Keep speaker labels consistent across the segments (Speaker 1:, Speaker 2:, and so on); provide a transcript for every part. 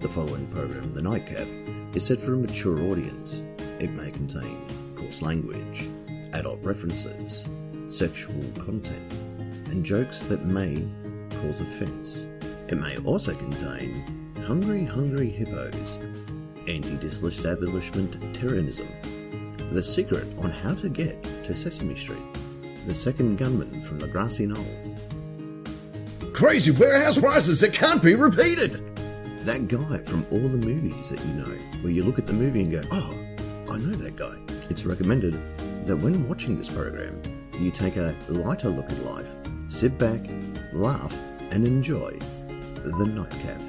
Speaker 1: The following program, The Nightcap, is set for a mature audience. It may contain coarse language, adult references, sexual content, and jokes that may cause offence. It may also contain hungry, hungry hippos, anti disestablishment terrorism, the secret on how to get to Sesame Street, the second gunman from the grassy knoll, crazy warehouse prices that can't be repeated. That guy from all the movies that you know, where you look at the movie and go, oh, I know that guy. It's recommended that when watching this program, you take a lighter look at life, sit back, laugh, and enjoy the nightcap.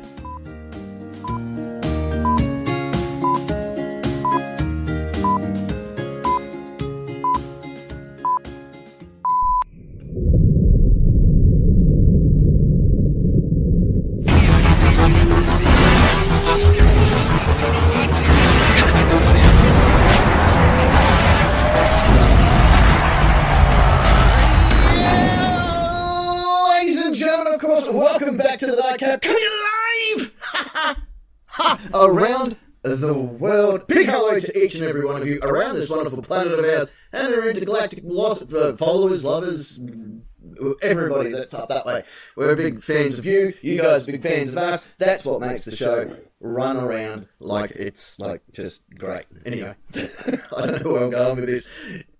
Speaker 2: Ladies and gentlemen, of course, welcome back to the Nightcap coming live ha, around the world. Big hello to each and every one of you around this wonderful planet of ours and our intergalactic lost uh, followers, lovers, everybody that's up that way. We're big fans of you. You guys are big fans of us. That's what makes the show run around like it's like just great. Anyway, I don't know where I'm going with this.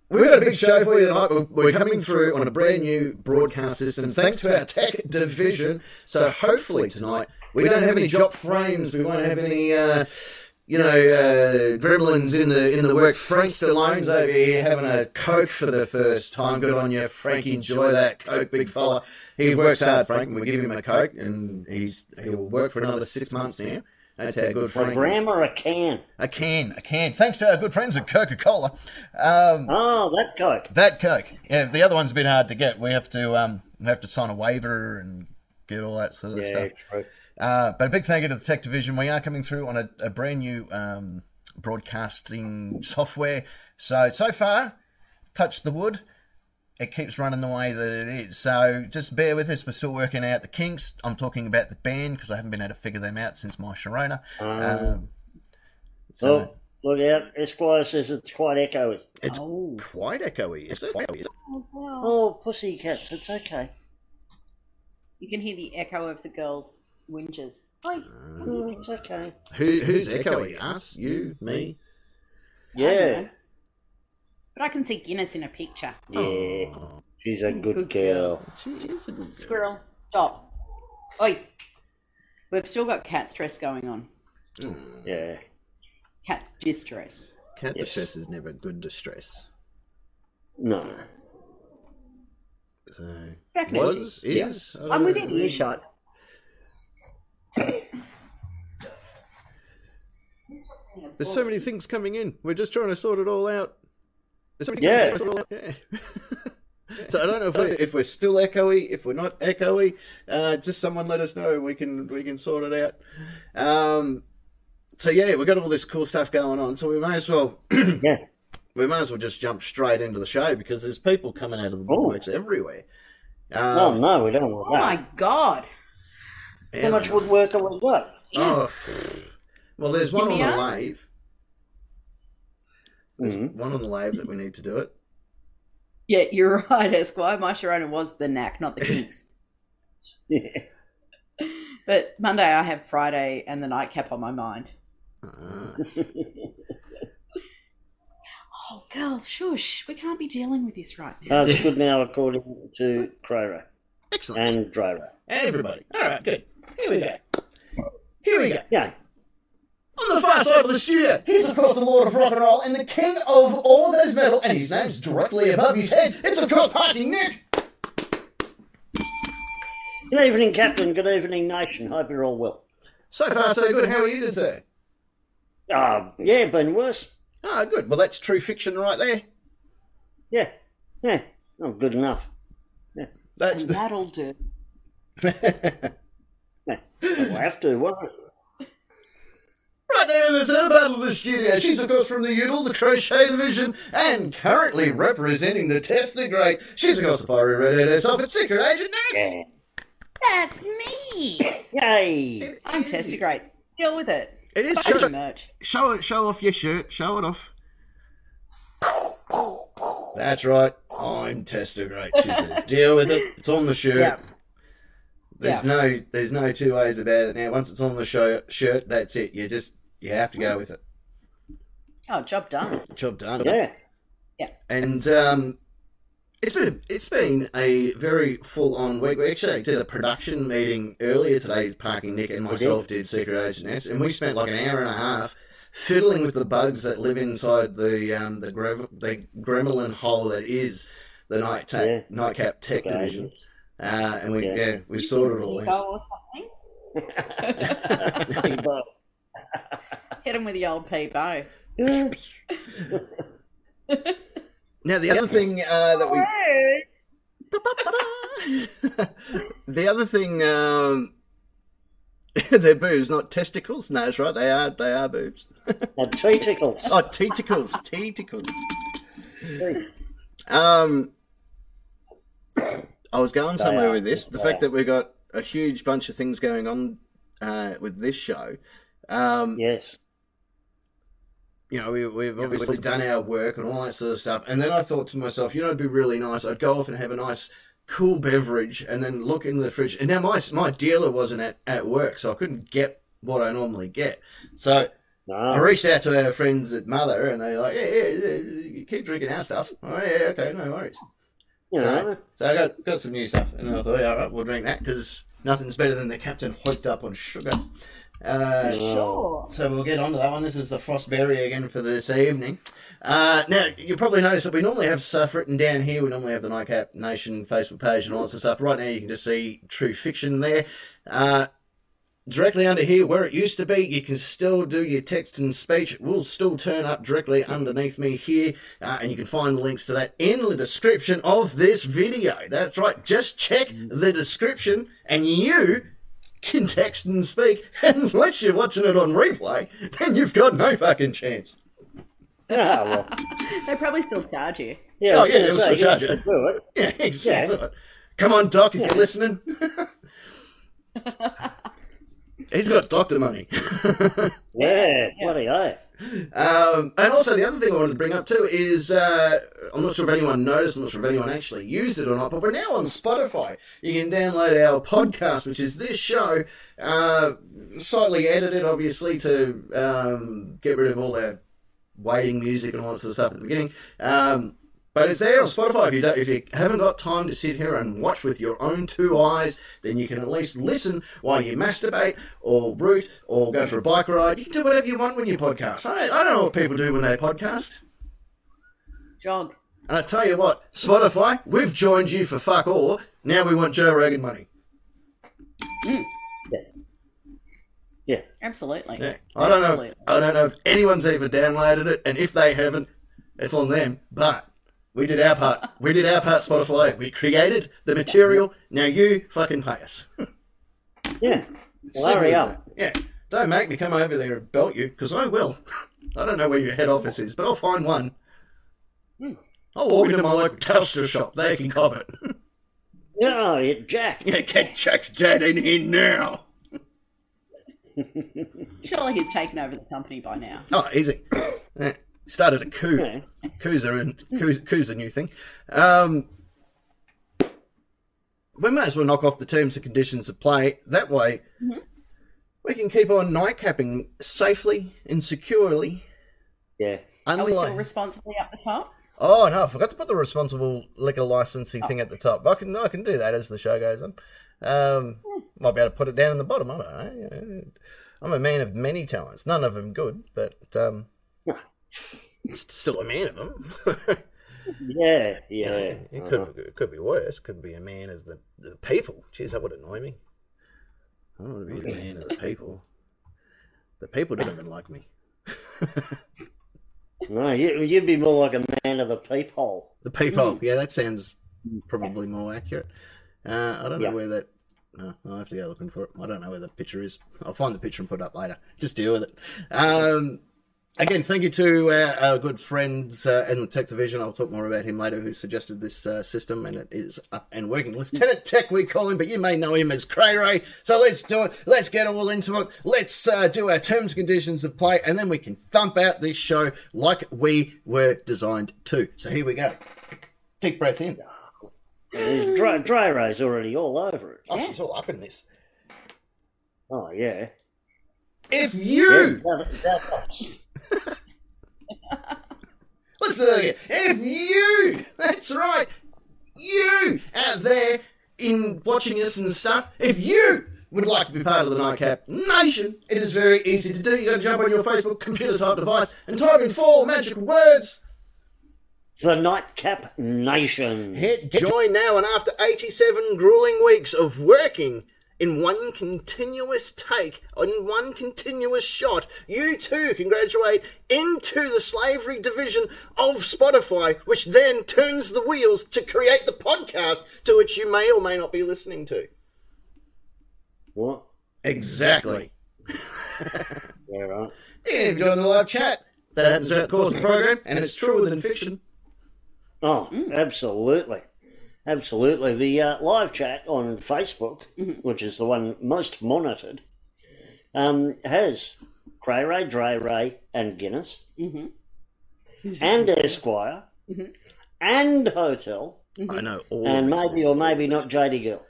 Speaker 2: We've got a big show for you tonight. We're- We're coming through on a brand new broadcast system thanks to our tech division. So hopefully tonight we don't have any drop frames. We won't have any. Uh, you know, uh, gremlins in the in the work. Frank Stallone's over here having a coke for the first time. Good on you, Frank. Enjoy that coke, big fella. He works hard, Frank, and we give him a coke, and he's he'll work for another six months now. That's how good
Speaker 3: A
Speaker 2: Frank.
Speaker 3: gram
Speaker 2: Is.
Speaker 3: or a can?
Speaker 2: A can, a can. Thanks to our good friends at Coca Cola. Um,
Speaker 3: Oh, that Coke.
Speaker 2: that Coke. Yeah, the other one's a bit hard to get. We have to um we have to sign a waiver and get all that sort of
Speaker 3: Yeah,
Speaker 2: stuff.
Speaker 3: true.
Speaker 2: Uh, but a big thank you to the tech division. We are coming through on a, a brand new um, broadcasting software. So so far, touch the wood. It keeps running the way that it is. So just bear with us. We're still working out the kinks. I'm talking about the band because I haven't been able to figure them out since my Sharona. Um, so-
Speaker 3: Oh, look out. Esquire says it's quite echoey.
Speaker 2: It's-
Speaker 3: Oh,
Speaker 2: Quite echoey. It's quite echoey.
Speaker 3: oh pussy cats, it's okay.
Speaker 4: You can hear the echo of the girls' whinges.
Speaker 3: Oh, it's okay.
Speaker 2: Who, who's echoey? Us? You? Me?
Speaker 3: Yeah.
Speaker 4: But I can see Guinness in a picture.
Speaker 3: Yeah. She's a good
Speaker 4: Good
Speaker 3: girl.
Speaker 2: She is a good girl.
Speaker 4: Squirrel, stop. Oi. We've still got cat stress going on.
Speaker 3: Yeah.
Speaker 4: Cat distress.
Speaker 2: Cat
Speaker 3: Yes.
Speaker 2: distress is never good distress.
Speaker 3: No.
Speaker 2: So
Speaker 4: Exactly.
Speaker 2: was is. I don't
Speaker 3: I'm
Speaker 2: know.
Speaker 3: within earshot.
Speaker 2: There's so many things coming in. We're just trying to sort it all out. There's so many
Speaker 3: Yeah.
Speaker 2: things trying to sort it all out. Yeah. so I don't know if we're, Uh, if we're still echoey, if we're not echoey. Uh, just someone let us know. We can we can sort it out. Um, so yeah, we've got all this cool stuff going on. So we may as well
Speaker 3: Yeah.
Speaker 2: we may as well just jump straight into the show because there's people coming out of the woodworks everywhere. Um,
Speaker 3: Oh, no, we don't
Speaker 4: Oh
Speaker 3: want that.
Speaker 4: my god.
Speaker 3: How
Speaker 2: and-
Speaker 3: much woodwork have we got?
Speaker 2: Oh, well, there's one on
Speaker 4: Yeah.
Speaker 2: the lathe. There's
Speaker 3: Mhm.
Speaker 2: one on the lathe that we need to do it.
Speaker 4: Yeah, you're right, Esquire. My Sharona was the knack, not the kinks.
Speaker 3: Yeah.
Speaker 4: but Monday I have Friday and the nightcap on my mind.
Speaker 2: Ah.
Speaker 4: Oh, girls, shush. We can't be dealing with this right now.
Speaker 3: Oh, it's good now, according to Crowra
Speaker 2: Excellent.
Speaker 3: and Drora.
Speaker 2: Everybody. All right, good. Here we go. Here we go.
Speaker 3: Yeah.
Speaker 2: On the far side of the studio, he's of course the Lord of Rock and Roll and the King of all that is metal, and his name's directly above his head. It's of course Parking Nick.
Speaker 3: Good evening, Captain. Good evening, Nation. Hope you're all well.
Speaker 2: So far, so good. How are you, good sir?
Speaker 3: Ah, yeah, been worse.
Speaker 2: Ah, good. Well, that's true fiction right there.
Speaker 3: Yeah, yeah, not good enough.
Speaker 4: And
Speaker 2: That's
Speaker 4: that'll do.
Speaker 3: Yeah. We'll have to, won't we?
Speaker 2: Right there in the centre battle of the studio, she's of course from the Udall, the Crochet Division, and currently representing the Tester Great. She's of course the fiery redhead herself, it's Secret Agent Nurse.
Speaker 3: Yeah.
Speaker 4: That's me.
Speaker 3: Yay!
Speaker 4: I'm tested great. Deal with it.
Speaker 2: It is
Speaker 4: Buy
Speaker 2: show,
Speaker 4: some merch.
Speaker 2: show it, show off your shirt, show it off. That's right. I'm Tester Great. She says, deal with it. It's on the shirt.
Speaker 4: Yeah.
Speaker 2: There's
Speaker 4: Yeah.
Speaker 2: no, there's no two ways about it. Now, once it's on the show, shirt, that's it. You just, you have to go with it.
Speaker 4: Oh, job done.
Speaker 2: Job done.
Speaker 3: Yeah.
Speaker 2: And um, it's been it's been a very full on week. We actually did a production meeting earlier today. Parking Nick and myself did Secret Agent S, and we spent like an hour and a half fiddling with the bugs that live inside the um, the, grem- the gremlin hole that is the night ta-
Speaker 3: Yeah.
Speaker 2: nightcap tech
Speaker 3: Okay.
Speaker 2: division. Uh, and we yeah.
Speaker 3: Yeah.
Speaker 2: we sorted it all out.
Speaker 4: Goal or something.
Speaker 3: uh,
Speaker 4: Hit him with the old pea
Speaker 3: Oh,
Speaker 4: bow.
Speaker 2: Now the other thing uh, that we the other thing, um, they're boobs, not testicles. No, that's right. They are. They are boobs.
Speaker 3: Now, testicles.
Speaker 2: Oh, testicles, testicles. Um, I was going somewhere
Speaker 3: are,
Speaker 2: with this. The
Speaker 3: they
Speaker 2: fact
Speaker 3: are.
Speaker 2: that we've got a huge bunch of things going on uh, with this show. Um,
Speaker 3: Yes.
Speaker 2: you know, we, we've obviously done our work and all that sort of stuff. And then I thought to myself, you know, it'd be really nice. I'd go off and have a nice, cool beverage and then look in the fridge. And now my, my dealer wasn't at, at work, so I couldn't get what I normally get. So I
Speaker 3: No.
Speaker 2: reached out to our friends at Mother and they're like, yeah, yeah, yeah keep drinking our stuff. Oh, yeah, okay, no worries.
Speaker 3: You know.
Speaker 2: So, so I got, got some new stuff, and I thought, yeah, all right, we'll drink that because nothing's better than the captain hyped up on sugar. Uh,
Speaker 4: Sure.
Speaker 2: So we'll get on to that one. This is the Frostberry again for this evening. Uh, now, you probably notice that we normally have stuff written down here. We normally have the NICAP Nation Facebook page and all that sort of stuff. Right now, you can just see True Fiction there. Uh, directly under here, where it used to be, you can still do your text and speech. It will still turn up directly underneath me here. Uh, and you can find the links to that in the description of this video. That's right. Just check the description and you can text and speak, unless you're watching it on replay, then you've got no fucking chance.
Speaker 3: Ah, well.
Speaker 4: They probably still charge you.
Speaker 3: Yeah,
Speaker 2: Oh,
Speaker 3: I was
Speaker 2: yeah,
Speaker 3: gonna
Speaker 2: it was
Speaker 3: say,
Speaker 2: the
Speaker 3: you
Speaker 2: judge.
Speaker 3: should do it.
Speaker 2: Yeah, exactly. Come on, Doc, if you're listening. He's got doctor money.
Speaker 3: Yeah, bloody oath.
Speaker 2: Um, and also, the other thing I wanted to bring up too is uh, I'm not sure if anyone noticed, I'm not sure if anyone actually used it or not, but we're now on Spotify. You can download our podcast, which is this show, uh, slightly edited, obviously, to um, get rid of all our waiting music and all that sort of stuff at the beginning. Um, but it's there on Spotify. If you don't, if you haven't got time to sit here and watch with your own two eyes, then you can at least listen while you masturbate or root or go for a bike ride. You can do whatever you want when you podcast. I don't, I don't know what people do when they podcast.
Speaker 4: Jog.
Speaker 2: And I tell you what, Spotify, we've joined you for fuck all. Now we want Joe Rogan money.
Speaker 3: Yeah.
Speaker 4: Absolutely.
Speaker 2: Yeah. I don't know.
Speaker 4: Absolutely.
Speaker 2: I don't know if anyone's even downloaded it, and if they haven't, it's on them. But we did our part. We did our part, Spotify. We created the material. Now you fucking pay us.
Speaker 3: Yeah. Well,
Speaker 2: Simple
Speaker 3: hurry
Speaker 2: as
Speaker 3: up.
Speaker 2: that. Yeah. Don't make me come over there and belt you, because I will. I don't know where your head office is, but I'll find one.
Speaker 4: Hmm.
Speaker 2: I'll walk into my local toaster shop. They can cop it.
Speaker 3: No, you jack.
Speaker 2: yeah, get Jack's dad in here now.
Speaker 4: Surely he's taken over the company by now.
Speaker 2: Oh, easy. Yeah. Started a coup.
Speaker 3: Yeah.
Speaker 2: Coups are in. Coups, coups a new thing. Um, we might as well knock off the terms and conditions of play. That way,
Speaker 4: Mm-hmm.
Speaker 2: we can keep on nightcapping safely and securely.
Speaker 3: Yeah.
Speaker 4: Are we still
Speaker 2: unlike-
Speaker 4: responsibly up the top?
Speaker 2: Oh no, I forgot to put the responsible liquor licensing
Speaker 3: Oh.
Speaker 2: thing at the top. I can I can do that as the show goes on. Um, might be able to put it down in the bottom. I don't know. I'm a man of many talents. None of them good, but um, still a man of them.
Speaker 3: Yeah. Yeah.
Speaker 2: it
Speaker 3: Uh-huh.
Speaker 2: could it could be worse. Could be a man of the, the people. Jeez, that would annoy me. I don't want to be the man of the people. The people don't even like me.
Speaker 3: No, you, you'd be more like a man of the peephole.
Speaker 2: The people. Yeah, that sounds probably more accurate. Uh, I don't know
Speaker 3: Yeah.
Speaker 2: where that. No, I'll have to go looking for it. I don't know where the picture is. I'll find the picture and put it up later. Just deal with it. Um, Again, thank you to uh, our good friends uh, in the tech division. I'll talk more about him later, who suggested this uh, system, and it is up and working. Lieutenant Tech, we call him, but you may know him as Cray Ray. So let's do it. Let's get all into it. Let's uh, do our terms and conditions of play, and then we can thump out this show like we were designed to. So here we go. Deep breath in.
Speaker 3: There's dry, dry ray's already all over it.
Speaker 2: Oh,
Speaker 4: Yeah.
Speaker 2: she's all up in this.
Speaker 3: Oh, yeah.
Speaker 2: If
Speaker 3: Yeah,
Speaker 2: you
Speaker 3: that- that- that's-
Speaker 2: Let's do that again. If you, that's right, you out there in watching us and stuff, if you would like to be part of the Nightcap Nation, it is very easy to do. You got to jump on your Facebook computer type device and type in four magic words.
Speaker 3: the Nightcap Nation.
Speaker 2: Hit join now, and after 87 grueling weeks of working in one continuous take, on one continuous shot, you too can graduate into the slavery division of Spotify, which then turns the wheels to create the podcast to which you may or may not be listening to.
Speaker 3: What?
Speaker 2: Exactly.
Speaker 3: Yeah, right.
Speaker 2: You can join the live chat. That happens throughout the course of the program, and it's truer than fiction.
Speaker 3: Oh,
Speaker 2: Mm.
Speaker 3: absolutely. Absolutely. The uh, live chat on Facebook,
Speaker 2: Mm-hmm.
Speaker 3: which is the one most monitored, um, has Cray Ray, Dray Ray, and Guinness,
Speaker 4: Mm-hmm.
Speaker 3: and Esquire,
Speaker 2: Mm-hmm.
Speaker 4: Mhm.
Speaker 3: and Hotel,
Speaker 2: I know all.
Speaker 3: and
Speaker 2: these
Speaker 3: maybe or maybe not JD Girl.
Speaker 2: people.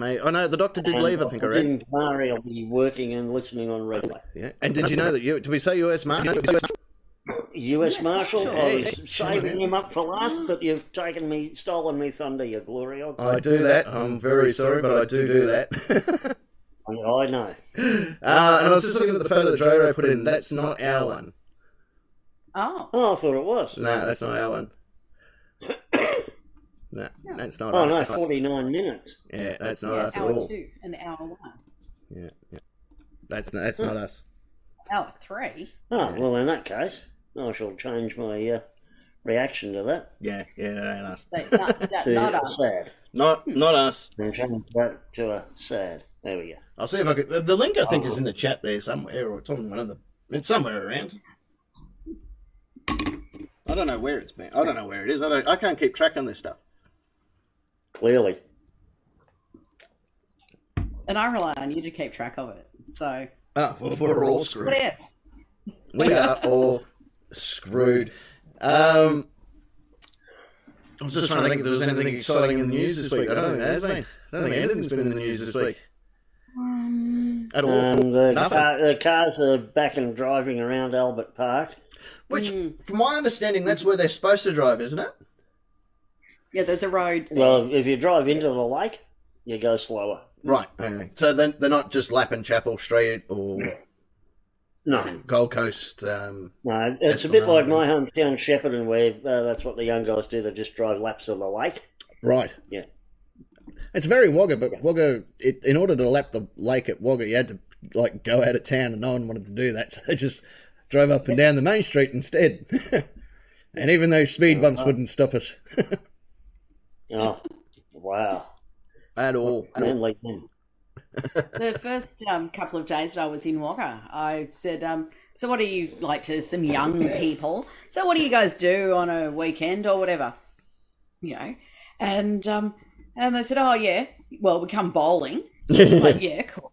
Speaker 2: May- I know the doctor did leave. I think I read.
Speaker 3: Mari will be working and listening on replay.
Speaker 2: Yeah. And did you know that you? Did we say U.S. Marshal?
Speaker 3: US
Speaker 4: Yes,
Speaker 3: Marshal,
Speaker 4: Marshal.
Speaker 3: I was
Speaker 2: Hey,
Speaker 3: saving
Speaker 2: hey.
Speaker 3: him up for last, but you've taken me, stolen me thunder, you glory. Oh, I,
Speaker 2: I do that. I'm very sorry, but I do do that.
Speaker 3: I know.
Speaker 2: uh, and I was just looking at the photo that Jodo put in. That's not our one.
Speaker 4: Oh,
Speaker 3: Oh, I thought it was.
Speaker 2: No, that's not our one. No, that's not
Speaker 3: Oh
Speaker 2: us.
Speaker 3: no,
Speaker 2: That's-
Speaker 3: forty nine minutes.
Speaker 2: yeah, that's not
Speaker 4: yeah,
Speaker 2: us at
Speaker 4: hour
Speaker 2: all.
Speaker 4: two and hour one.
Speaker 2: Yeah, yeah. That's not, that's not us.
Speaker 4: Hour three.
Speaker 3: Oh well, in that case, I shall change my uh, reaction to that.
Speaker 2: Yeah, yeah, that ain't us.
Speaker 4: But not, that,
Speaker 3: To
Speaker 4: not us.
Speaker 3: sad.
Speaker 2: Not not us.
Speaker 3: And change that to a sad. There we go.
Speaker 2: I'll see if I could. The the link I think is in the chat there somewhere, or it's on one of the. It's somewhere around. I don't know where it's been. I don't know where it is. I don't. I can't keep track on this stuff.
Speaker 3: Clearly,
Speaker 4: And I rely on you to keep track of it. So,
Speaker 2: Oh, well, we're all
Speaker 4: what
Speaker 2: screwed.
Speaker 4: if?
Speaker 2: We are all screwed. Um, I was just trying to think if there was anything exciting in the news this week. I don't think there's been. I don't think anything's been in the news this week at all.
Speaker 3: um, the,
Speaker 2: Nothing.
Speaker 3: car, the cars are back and driving around Albert Park.
Speaker 2: Which, from my understanding, that's where they're supposed to drive, isn't it?
Speaker 4: Yeah, there's a road.
Speaker 3: Well, if you drive into the lake, you go slower.
Speaker 2: Right. Okay. So then they're not just lapping Chapel Street or
Speaker 3: No,
Speaker 2: Gold Coast. Um,
Speaker 3: no,
Speaker 2: That's
Speaker 3: it's a bit
Speaker 2: what I
Speaker 3: like my hometown Shepparton, where uh, that's what the young guys do. They just drive laps of the lake.
Speaker 2: right.
Speaker 3: Yeah.
Speaker 2: It's very Wagga, but
Speaker 3: Yeah.
Speaker 2: Wagga, it, in order to lap the lake at Wagga, you had to like go out of town, and no one wanted to do that, so they just drove up and down the main street instead. and even though speed bumps wouldn't stop us
Speaker 3: Oh, wow!
Speaker 2: at all.
Speaker 3: Manly men.
Speaker 4: the first um, couple of days that I was in Wagga, I said, um, "So what do you like to some young people? So what do you guys do on a weekend or whatever, you know?" And um, and they said, "Oh yeah, well we come bowling." like, yeah, cool.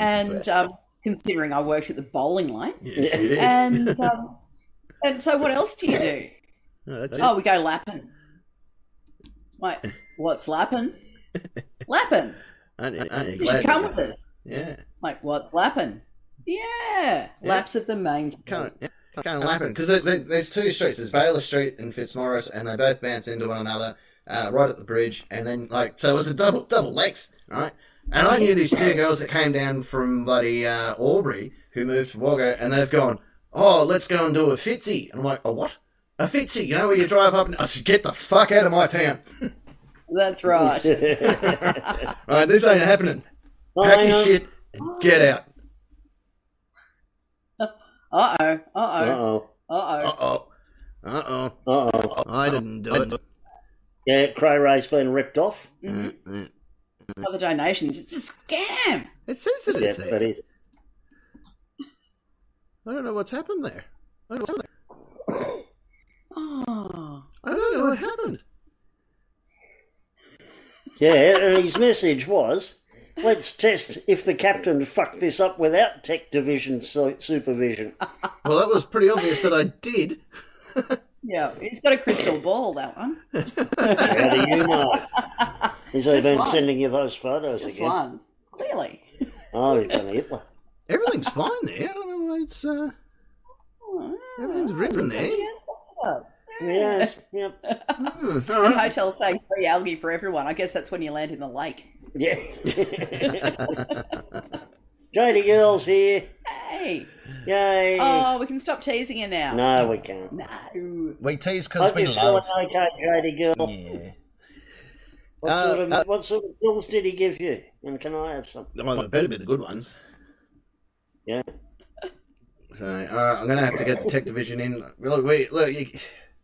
Speaker 4: And um, considering I worked at the bowling lane, and um, and so what else do you do? Oh, we go lapping. Wait, what's lapping? Lapping. You should come with us.
Speaker 2: Yeah.
Speaker 4: Like, what's lapping? Yeah, laps of the main.
Speaker 2: Kind of lapping because there's two streets. There's Baylor Street and Fitzmaurice, and they both bounce into one another uh, right at the bridge. And then like so, it was a double double length, right? And I knew these two girls that came down from bloody uh, Aubrey who moved to Wagga, and they've gone, oh, let's go and do a fitzy. And I'm like, a what? A fitzy? You know where you drive up and I said, get the fuck out of my town.
Speaker 4: That's right.
Speaker 2: All right, this ain't happening.
Speaker 3: Oh,
Speaker 2: Pack
Speaker 3: hang
Speaker 2: your
Speaker 3: on.
Speaker 2: shit and get out.
Speaker 4: Uh oh. Uh
Speaker 3: Uh-oh.
Speaker 4: oh. Uh
Speaker 2: Uh oh. Uh oh.
Speaker 3: Uh-oh.
Speaker 2: I didn't do it.
Speaker 3: Yeah, Cray Ray's been ripped off.
Speaker 2: Mm-mm.
Speaker 4: oh. Other donations. It's a scam.
Speaker 2: It says that
Speaker 3: Yeah,
Speaker 2: it's
Speaker 3: that
Speaker 2: there.
Speaker 3: is.
Speaker 2: I don't know what's happened there. I don't know what's happened.
Speaker 4: Oh.
Speaker 2: I don't know what happened.
Speaker 3: Yeah, and his message was let's test if the captain fucked this up without tech division su- supervision.
Speaker 2: Well, that was pretty obvious that I did.
Speaker 4: Yeah, he's got a crystal ball, that one.
Speaker 3: How do you know? He's been
Speaker 4: one.
Speaker 3: sending you those photos
Speaker 4: Just
Speaker 3: again.
Speaker 4: one. Clearly.
Speaker 3: Oh, he's done Hitler.
Speaker 2: Everything's fine there. I don't know why it's. Uh, everything's written there.
Speaker 4: Oh. Yes, what's up?
Speaker 3: Yes, yep.
Speaker 2: Hmm, all
Speaker 4: And
Speaker 2: right.
Speaker 4: hotel saying free algae for everyone. I guess that's when you land in the lake.
Speaker 3: Yeah. Jody Girls here.
Speaker 4: Hey.
Speaker 3: Yay.
Speaker 4: Oh, we can stop teasing her now.
Speaker 3: no, we can't.
Speaker 4: No.
Speaker 1: We tease because
Speaker 3: Hope
Speaker 1: we
Speaker 3: you're
Speaker 1: love.
Speaker 3: feeling okay, Jody Girl.
Speaker 1: Yeah.
Speaker 3: What,
Speaker 2: Uh,
Speaker 3: sort of,
Speaker 2: uh,
Speaker 3: what sort of pills did he give you? And can I have some?
Speaker 2: Oh, they better be the good ones.
Speaker 3: Yeah.
Speaker 2: So, all right, I'm going to have to get the tech division in. Look, we, look, you,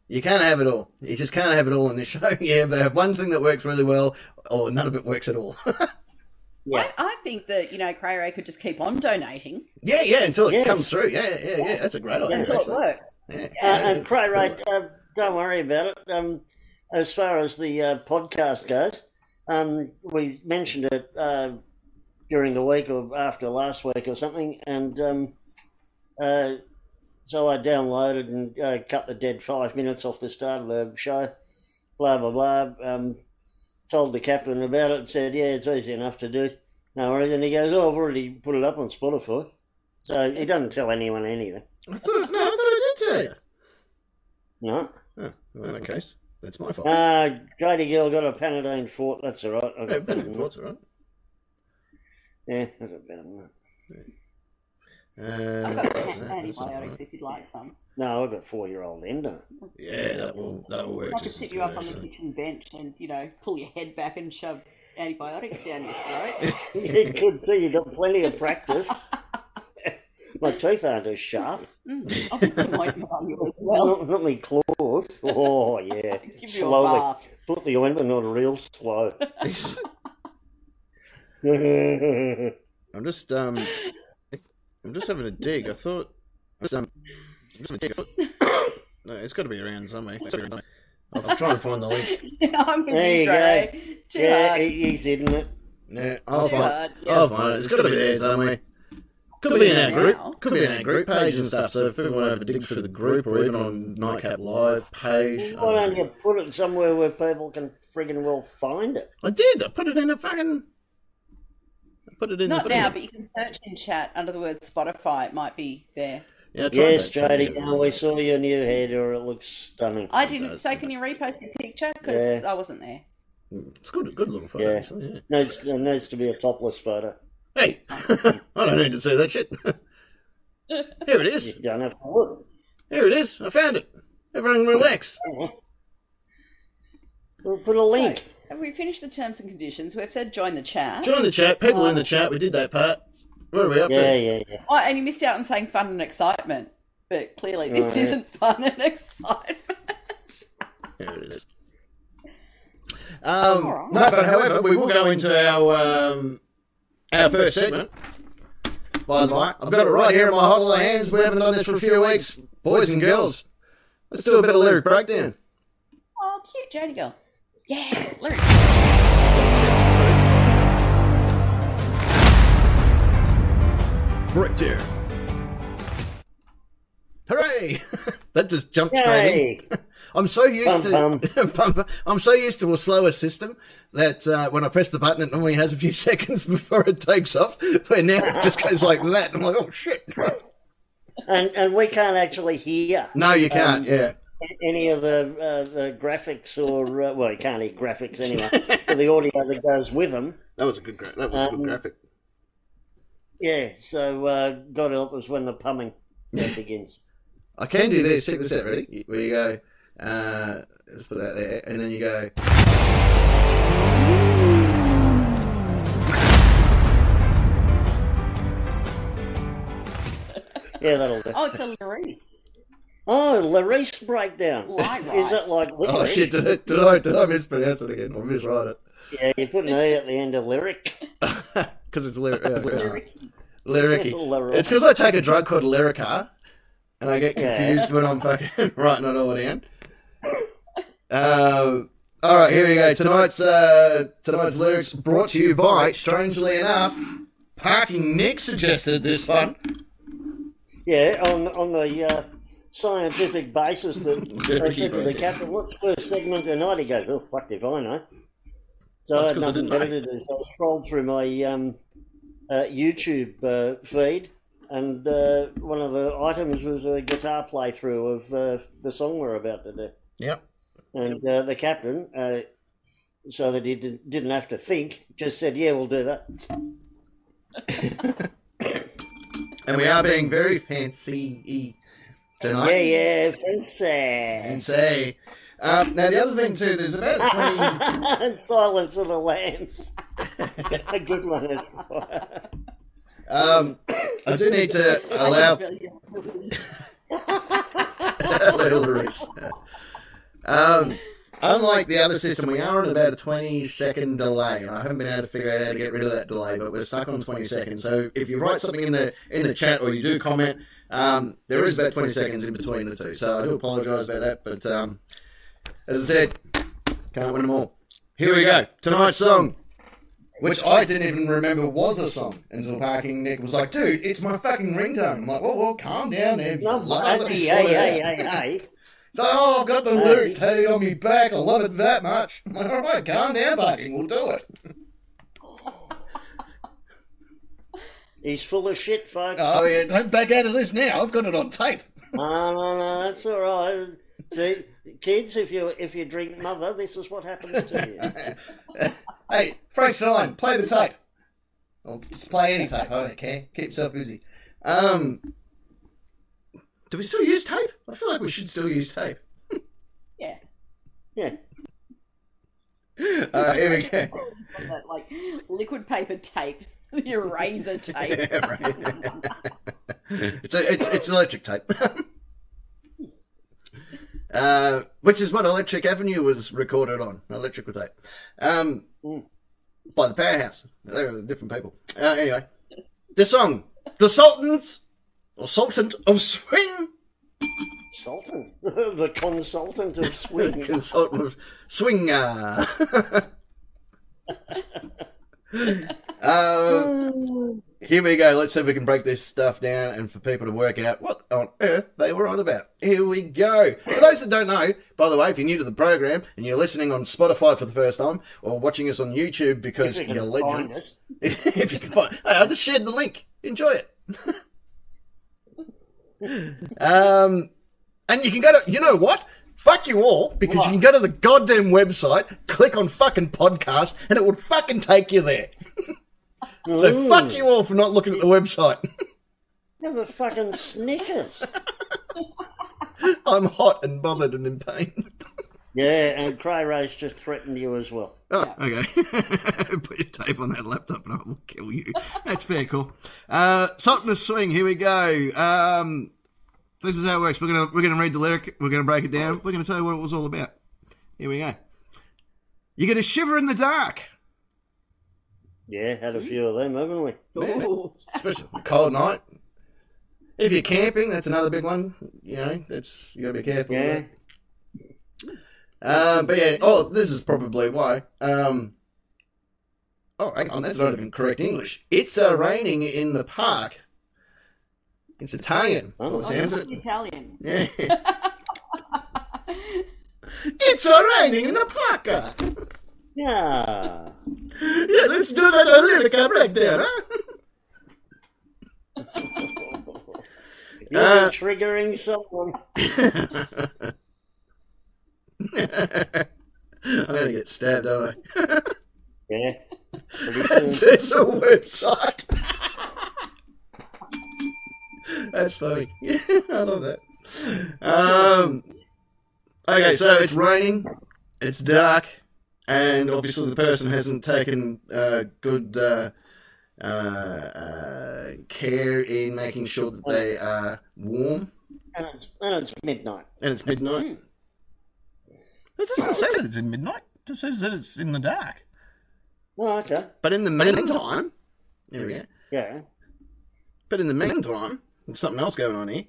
Speaker 2: you can't have it all. You just can't have it all in this show. Yeah, they have one thing that works really well, or none of it works at all.
Speaker 3: Yeah.
Speaker 4: I think that, you know, Cray could just keep on donating
Speaker 2: yeah, yeah, until it
Speaker 3: Yes.
Speaker 2: comes through. Yeah, yeah, yeah. That's a great idea.
Speaker 4: until it
Speaker 2: actually.
Speaker 4: works.
Speaker 2: Yeah,
Speaker 3: Uh, and
Speaker 2: yeah.
Speaker 3: Cray Ray, uh, don't worry about it. Um, as far as the uh, podcast goes, um, we mentioned it uh, during the week or after last week or something, and um, uh, so I downloaded and uh, cut the dead five minutes off the start of the show. Blah blah blah. Um, told the captain about it and said, "Yeah, it's easy enough to do." No worries. And he goes, "Oh, I've already put it up on Spotify." So he doesn't tell anyone anything.
Speaker 2: I thought, no, I thought I did tell you.
Speaker 3: No.
Speaker 2: Oh, well, in that case, that's my fault.
Speaker 3: Uh, Grady Gill got a Panadine Fort. That's all right. I
Speaker 2: Yeah,
Speaker 3: got better
Speaker 2: Benny
Speaker 3: than
Speaker 2: Ford's all right.
Speaker 3: that. Yeah, I got better than that.
Speaker 2: Uh,
Speaker 4: I've got
Speaker 2: that's all
Speaker 4: antibiotics
Speaker 2: right.
Speaker 4: if you'd like some.
Speaker 3: No, I got four year old Endo.
Speaker 2: Yeah, that will that will work.
Speaker 4: I could
Speaker 2: just
Speaker 4: sit
Speaker 2: as
Speaker 4: you
Speaker 2: good,
Speaker 4: up on the
Speaker 2: actually.
Speaker 4: kitchen bench and, you know, pull your head back and shove antibiotics down your throat.
Speaker 3: you could do. You got plenty of practice. my teeth aren't as sharp.
Speaker 4: Mm, I'll put some ointment on you as well.
Speaker 3: Not, not my claws. Oh yeah,
Speaker 4: Give you a
Speaker 3: slowly.
Speaker 4: bath.
Speaker 3: Put the ointment on real slow. yeah,
Speaker 2: I'm just um, I'm just having a dig. I thought, I'm just, um, I'm just having a dig. I thought, no, it's got to be around somewhere. It's gotta be around somewhere. I'll try and find the link.
Speaker 4: I'm with
Speaker 3: There
Speaker 4: you,
Speaker 3: you go.
Speaker 4: Dre. Too hard.
Speaker 3: it is, e-, isn't it?
Speaker 2: Yeah, I'll
Speaker 4: Too
Speaker 2: find.
Speaker 4: hard,
Speaker 2: it. I'll find it. It's got to be there somewhere. Could be in our
Speaker 4: Wow.
Speaker 2: group. Could be in our group page and stuff. So if everyone have a dig through the group or even on Nightcap Live page, uh,
Speaker 3: Why
Speaker 2: I,
Speaker 3: don't you put it somewhere where people can friggin' well find it?
Speaker 2: I did. I put it in a fucking. I put it in.
Speaker 4: Not
Speaker 2: the
Speaker 4: now, but you can search in chat under the word Spotify. It might be there.
Speaker 2: Yeah, I tried
Speaker 3: Yes,
Speaker 2: that,
Speaker 3: Jody.
Speaker 2: yeah.
Speaker 3: Now we saw your new head, or it looks stunning.
Speaker 4: I didn't.
Speaker 2: does,
Speaker 4: So
Speaker 2: it
Speaker 4: can you repost your picture? Because
Speaker 3: Yeah.
Speaker 4: I wasn't there.
Speaker 2: It's good, good little photo.
Speaker 3: Yeah.
Speaker 2: Actually, yeah.
Speaker 3: Needs, there needs to be a topless photo.
Speaker 2: Hey, I don't need to see that shit. Here it
Speaker 3: You
Speaker 2: is.
Speaker 3: don't have to look.
Speaker 2: Here it is. I found it. Everyone relax.
Speaker 3: Uh-huh. We'll put a link.
Speaker 4: So, have we finished the terms and conditions? We've said join the chat.
Speaker 2: Join the chat. People in the chat. We did that part. What are we up
Speaker 3: yeah,
Speaker 2: to?
Speaker 3: yeah, yeah.
Speaker 4: Oh, and you missed out on saying fun and excitement. But clearly, this
Speaker 3: Right.
Speaker 4: isn't fun and excitement.
Speaker 2: Here it is. Um,
Speaker 4: Alright.
Speaker 2: No, but however, we will go into our um, our first segment. By the way, I've got it right here in my huddle of hands. We haven't done this for a few weeks, boys and girls. Let's do a bit of lyric breakdown.
Speaker 4: oh, cute Jodie girl. Yeah, lyrics.
Speaker 2: Breakdown. Hooray! that just jumped straight in.
Speaker 3: Yay!
Speaker 2: I'm so used
Speaker 3: Bum,
Speaker 2: to Bum, bum. I'm so used to a slower system that uh, when I press the button, it normally has a few seconds before it takes off. But now it just goes like that. I'm like, oh shit!
Speaker 3: and and we can't actually hear
Speaker 2: No, you can't. yeah,
Speaker 3: any of the uh, the graphics or uh, well, you can't hear graphics anyway. but the audio that goes with them.
Speaker 2: that was a good. Gra- that was a
Speaker 3: um,
Speaker 2: good graphic.
Speaker 3: Yeah. So uh, God help us when the pumming begins.
Speaker 2: I can do this. Check this out. Ready? Where you go? Uh, let's put that there, and then you go.
Speaker 3: Yeah, that'll do.
Speaker 4: Oh, it's a Larice.
Speaker 3: Oh, Larice breakdown.
Speaker 4: Light
Speaker 3: Is
Speaker 4: rice.
Speaker 3: it like
Speaker 2: Oh
Speaker 3: licorice?
Speaker 2: shit! Did I, did I did I mispronounce it again or miswrite it?
Speaker 3: Yeah, you put an E at the end of lyric.
Speaker 2: Because it's lyric. Yeah,
Speaker 3: Lyric.
Speaker 2: lyric.
Speaker 3: Lyric.
Speaker 2: It's because I take a drug called Lyrica, and I get
Speaker 3: Yeah.
Speaker 2: confused when I'm fucking writing it all down. Um, all right, here we go. Tonight's uh, tonight's lyrics brought to you by, strangely enough, Parking Nick suggested this one.
Speaker 3: Yeah, on on the uh, scientific basis that I said to the captain, "What's first segment tonight?" He goes, "Oh, fuck if I know." So I
Speaker 2: That's
Speaker 3: had
Speaker 2: 'cause I
Speaker 3: nothing
Speaker 2: didn't
Speaker 3: better
Speaker 2: know.
Speaker 3: to do. So I scrolled through my um, uh, YouTube uh, feed, and uh, one of the items was a guitar playthrough of uh, the song we're about to do.
Speaker 2: Yep.
Speaker 3: And uh, the captain, uh, so that he didn't didn't have to think, just said, "Yeah, we'll do that."
Speaker 2: And we are being very fancy tonight.
Speaker 3: Yeah, yeah, fancy.
Speaker 2: And say, um, now the other thing too, there's about a twenty.
Speaker 3: Silence of the Lambs. That's a good one. as well.
Speaker 2: Um, I do need to allow
Speaker 4: It's really good.
Speaker 2: little Reese. Um, unlike the other system, we are on about a 20 second delay, and I haven't been able to figure out how to get rid of that delay, but we're stuck on 20 seconds. So if you write something in the in the chat or you do comment, um, there is about 20 seconds in between the two. So I do apologise about that, but um, as I said, can't win them all. Here we go. Tonight's song. Which I didn't even remember was a song until Parking Nick was like, dude, it's my fucking ringtone. I'm like, whoa, whoa, calm down there.
Speaker 3: No,
Speaker 2: lad, let me
Speaker 3: hey,
Speaker 2: sort
Speaker 3: hey,
Speaker 2: it out."
Speaker 3: hey, hey, hey.
Speaker 2: So oh, I've got the lyrics tattooed on me back. I love it that much. I'm like, all right, calm down, buddy. We'll do it.
Speaker 3: He's full of shit, folks.
Speaker 2: Oh, yeah, don't back out of this now. I've got it on tape.
Speaker 3: No, no, no, that's all right. See, kids, if you if you drink mother, this is what happens to you.
Speaker 2: Hey, Frank Stein, play the tape. Or just play any tape. I don't care. Keep yourself busy. Um, do we still use tape? I feel like we should still use tape.
Speaker 4: Yeah.
Speaker 3: Yeah.
Speaker 2: All right, Uh, here we go.
Speaker 4: That, like liquid paper tape, your razor tape.
Speaker 2: Yeah, right. it's, a, it's it's electric tape. uh, which is what Electric Avenue was recorded on, electrical tape. Um,
Speaker 3: Mm.
Speaker 2: By the Powerhouse. They were different people. Uh, anyway, this song, The Sultans, or Sultan of Swing,
Speaker 3: Sultan, the consultant of swing.
Speaker 2: Consultant of Swinger. uh, Here we go. Let's see if we can break this stuff down and for people to work out what on earth they were on about. Here we go. For those that don't know, by the way, if you're new to the program and you're listening on Spotify for the first time or watching us on YouTube because
Speaker 3: If you
Speaker 2: you're
Speaker 3: can find
Speaker 2: legends,
Speaker 3: it.
Speaker 2: if you can find, hey, I just shared the link. Enjoy it. um, and you can go to, you know what? Fuck you all because you can go to the goddamn website, click on fucking podcast, and it would fucking take you there. So
Speaker 3: Ooh.
Speaker 2: fuck you all for not looking at the website.
Speaker 3: Have a fucking Snickers.
Speaker 2: I'm hot and bothered and in pain.
Speaker 3: Yeah, and Cray Ray's just threatened you as well.
Speaker 2: Oh, okay. Put your tape on that laptop and I will kill you. That's fair, cool. Uh, Sultan of Swing, here we go. Um, this is how it works. We're gonna we're gonna read the lyric. We're gonna break it down. We're gonna tell you what it was all about. Here we go. You're gonna shiver in the dark,
Speaker 3: Yeah, had a
Speaker 2: Hmm.
Speaker 3: few of them, haven't we?
Speaker 4: Ooh.
Speaker 2: especially on a cold night. If you're camping, that's another big one. You know, that's you gotta be careful. with
Speaker 3: Yeah.
Speaker 2: that. Um, but yeah, oh, this is probably why. Um, oh, hang on, that's not even correct English. It's a raining in the park. It's Italian.
Speaker 3: Oh.
Speaker 2: Well, it
Speaker 4: Oh,
Speaker 2: sounds
Speaker 4: that's
Speaker 2: it.
Speaker 4: Italian.
Speaker 2: Yeah. it's a raining in the park. uh.
Speaker 3: Yeah.
Speaker 2: Yeah, let's do that a little break there, uh. huh?
Speaker 3: You're
Speaker 2: Uh,
Speaker 3: triggering someone.
Speaker 2: I'm gonna get stabbed, aren't I?
Speaker 3: Yeah. Pretty soon.
Speaker 2: There's a website. That's funny. Yeah, I love that. Um, okay, so it's raining, it's dark, and obviously the person hasn't taken uh, good uh, uh, uh, care in making sure that they are warm,
Speaker 3: and, it's, and it's midnight.
Speaker 2: and it's midnight. Hmm. It doesn't say that it's in midnight. It just says that it's in the dark.
Speaker 3: Oh, okay.
Speaker 2: But in the meantime, there we go.
Speaker 3: Yeah.
Speaker 2: But in the meantime, there's something else going on here.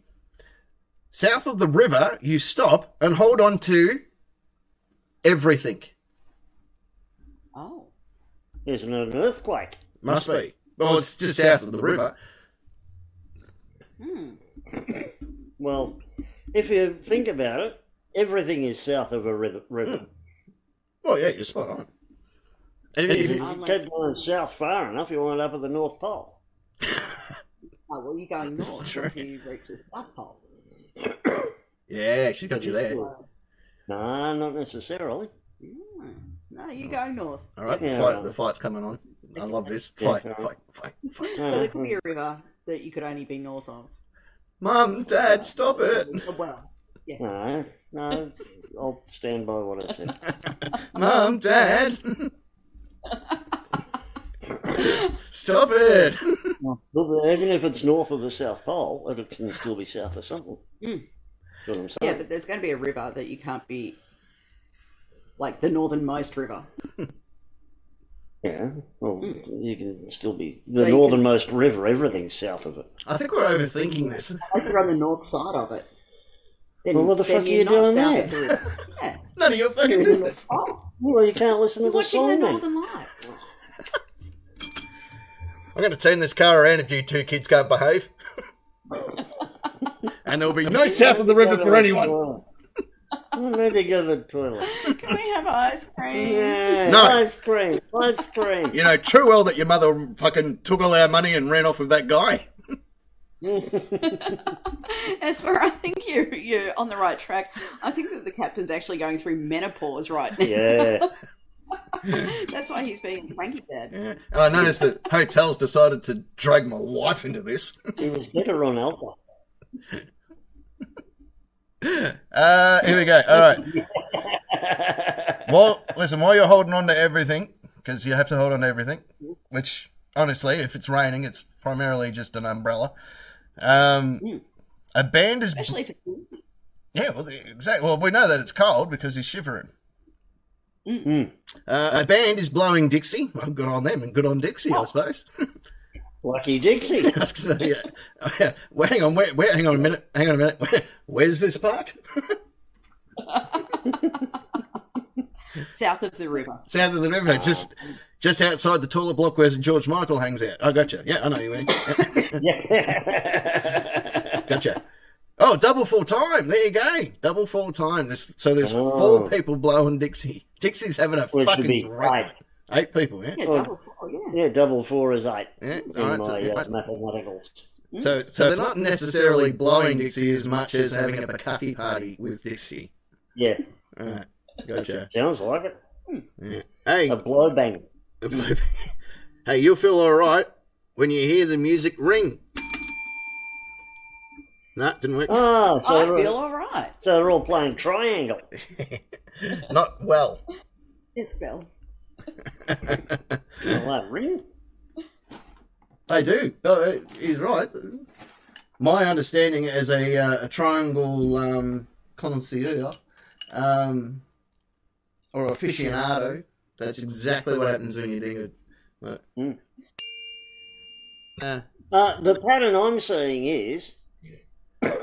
Speaker 2: South of the river, you stop and hold on to everything.
Speaker 4: Oh.
Speaker 3: There's an earthquake.
Speaker 2: Must be. Well, it's just south of the river.
Speaker 4: hmm.
Speaker 3: Well, if you think about it, everything is south of a river. river.
Speaker 2: Well, yeah, you're spot on. And
Speaker 3: If
Speaker 2: if
Speaker 3: you
Speaker 2: you-
Speaker 3: keep going south far enough, you wind up at the North Pole.
Speaker 4: Oh, well, you're going
Speaker 2: This is
Speaker 4: north
Speaker 2: true.
Speaker 4: once you reach the South Pole.
Speaker 2: yeah, she got you there.
Speaker 3: No, not necessarily.
Speaker 4: Mm. No,
Speaker 2: Oh.
Speaker 4: you go north.
Speaker 2: All right,
Speaker 3: Yeah.
Speaker 2: fight, the fight's coming on. I love this.
Speaker 3: Yeah,
Speaker 2: Fight,
Speaker 3: all right.
Speaker 2: fight, fight, fight.
Speaker 4: So there could be a river that you could only be north of.
Speaker 2: Mum, Dad, stop it.
Speaker 4: Oh, Well,
Speaker 3: No, no, I'll stand by what I said.
Speaker 2: Mum, Dad. stop it.
Speaker 3: Look, Even if it's north of the South Pole, it can still be south of something.
Speaker 4: Mm.
Speaker 3: That's what I'm
Speaker 4: yeah,
Speaker 3: saying.
Speaker 4: but there's going to be a river that you can't be, like the northernmost river.
Speaker 3: Yeah, well, you can still be the
Speaker 4: Hmm. So you
Speaker 3: northernmost river. Everything's south of it.
Speaker 2: I think we're overthinking this.
Speaker 4: If you're on the north side of it, then,
Speaker 3: Well, what the
Speaker 4: then
Speaker 3: fuck are
Speaker 4: you're
Speaker 3: you
Speaker 4: not
Speaker 3: doing
Speaker 4: south
Speaker 3: there?
Speaker 4: of the river. Yeah.
Speaker 2: None of your fucking business.
Speaker 4: Oh,
Speaker 3: Well, you can't listen to
Speaker 4: you're
Speaker 3: the
Speaker 4: watching
Speaker 3: song.
Speaker 4: the
Speaker 3: then.
Speaker 4: Northern Lights.
Speaker 2: I'm going to turn this car around if you two kids can't behave. and there'll be no south of the river for anyone.
Speaker 3: I need to go to the toilet.
Speaker 4: Can we have ice cream?
Speaker 3: Yeah,
Speaker 2: No.
Speaker 3: ice cream, ice cream.
Speaker 2: You know too well that your mother fucking took all our money and ran off with that guy.
Speaker 4: As for I think you're you're on the right track. I think that the captain's actually going through menopause right now.
Speaker 3: Yeah,
Speaker 4: That's why he's being cranky dad.
Speaker 2: Yeah. And I noticed that hotels decided to drag my wife into this.
Speaker 3: he was better on alcohol.
Speaker 2: Uh, here we go. All right. Well, listen, while you're holding on to everything, because you have to hold on to everything, which honestly, if it's raining, it's primarily just an umbrella. Um, a band is.
Speaker 4: Especially if it's
Speaker 2: Yeah, well, exactly. Well, we know that it's cold because he's shivering.
Speaker 3: Mm.
Speaker 2: Uh, a band is blowing Dixie. Well, good on them and good on Dixie,
Speaker 3: Oh.
Speaker 2: I suppose.
Speaker 3: Lucky Dixie.
Speaker 2: I was gonna say, yeah. yeah. uh, Well, hang on, where, where, hang on a minute, hang on a minute. Where, where's this park?
Speaker 4: south of the river.
Speaker 2: South of the river, just just outside the toilet block where George Michael hangs out. I gotcha. Yeah, I know you. Mean.
Speaker 3: Yeah.
Speaker 2: Gotcha. Oh, double full time. There you go. Double full time. There's, so there's
Speaker 3: Oh.
Speaker 2: four people blowing Dixie. Dixie's having a
Speaker 3: Well, it should
Speaker 2: fucking
Speaker 3: be
Speaker 2: great
Speaker 3: eight.
Speaker 2: one. Eight people, yeah.
Speaker 4: Yeah, double four, Oh. yeah.
Speaker 3: yeah, double four is eight.
Speaker 2: Yeah,
Speaker 3: in
Speaker 2: all right,
Speaker 3: my
Speaker 2: so-
Speaker 3: uh,
Speaker 2: yeah.
Speaker 3: mathematicals.
Speaker 2: So, so Hmm? they're not necessarily blowing Dixie as much as having a Bacardi party with Dixie.
Speaker 3: Yeah,
Speaker 2: Right. Gotcha.
Speaker 3: sounds like it.
Speaker 2: Yeah. Hey,
Speaker 3: A blow bang.
Speaker 2: hey, you'll feel all right when you hear the music ring. No, didn't work.
Speaker 3: Ah, so
Speaker 4: I
Speaker 3: they're,
Speaker 4: feel
Speaker 3: all,
Speaker 4: all right.
Speaker 3: so they're all playing triangle.
Speaker 2: Not well.
Speaker 4: Yes, Bill.
Speaker 3: Oh, really?
Speaker 2: They do. Oh, eh, he's right. My understanding as a, uh, a triangle um, connoisseur um, or aficionado, that's exactly what happens when you ding it. But,
Speaker 3: Mm.
Speaker 2: Uh,
Speaker 3: Uh, the pattern I'm seeing is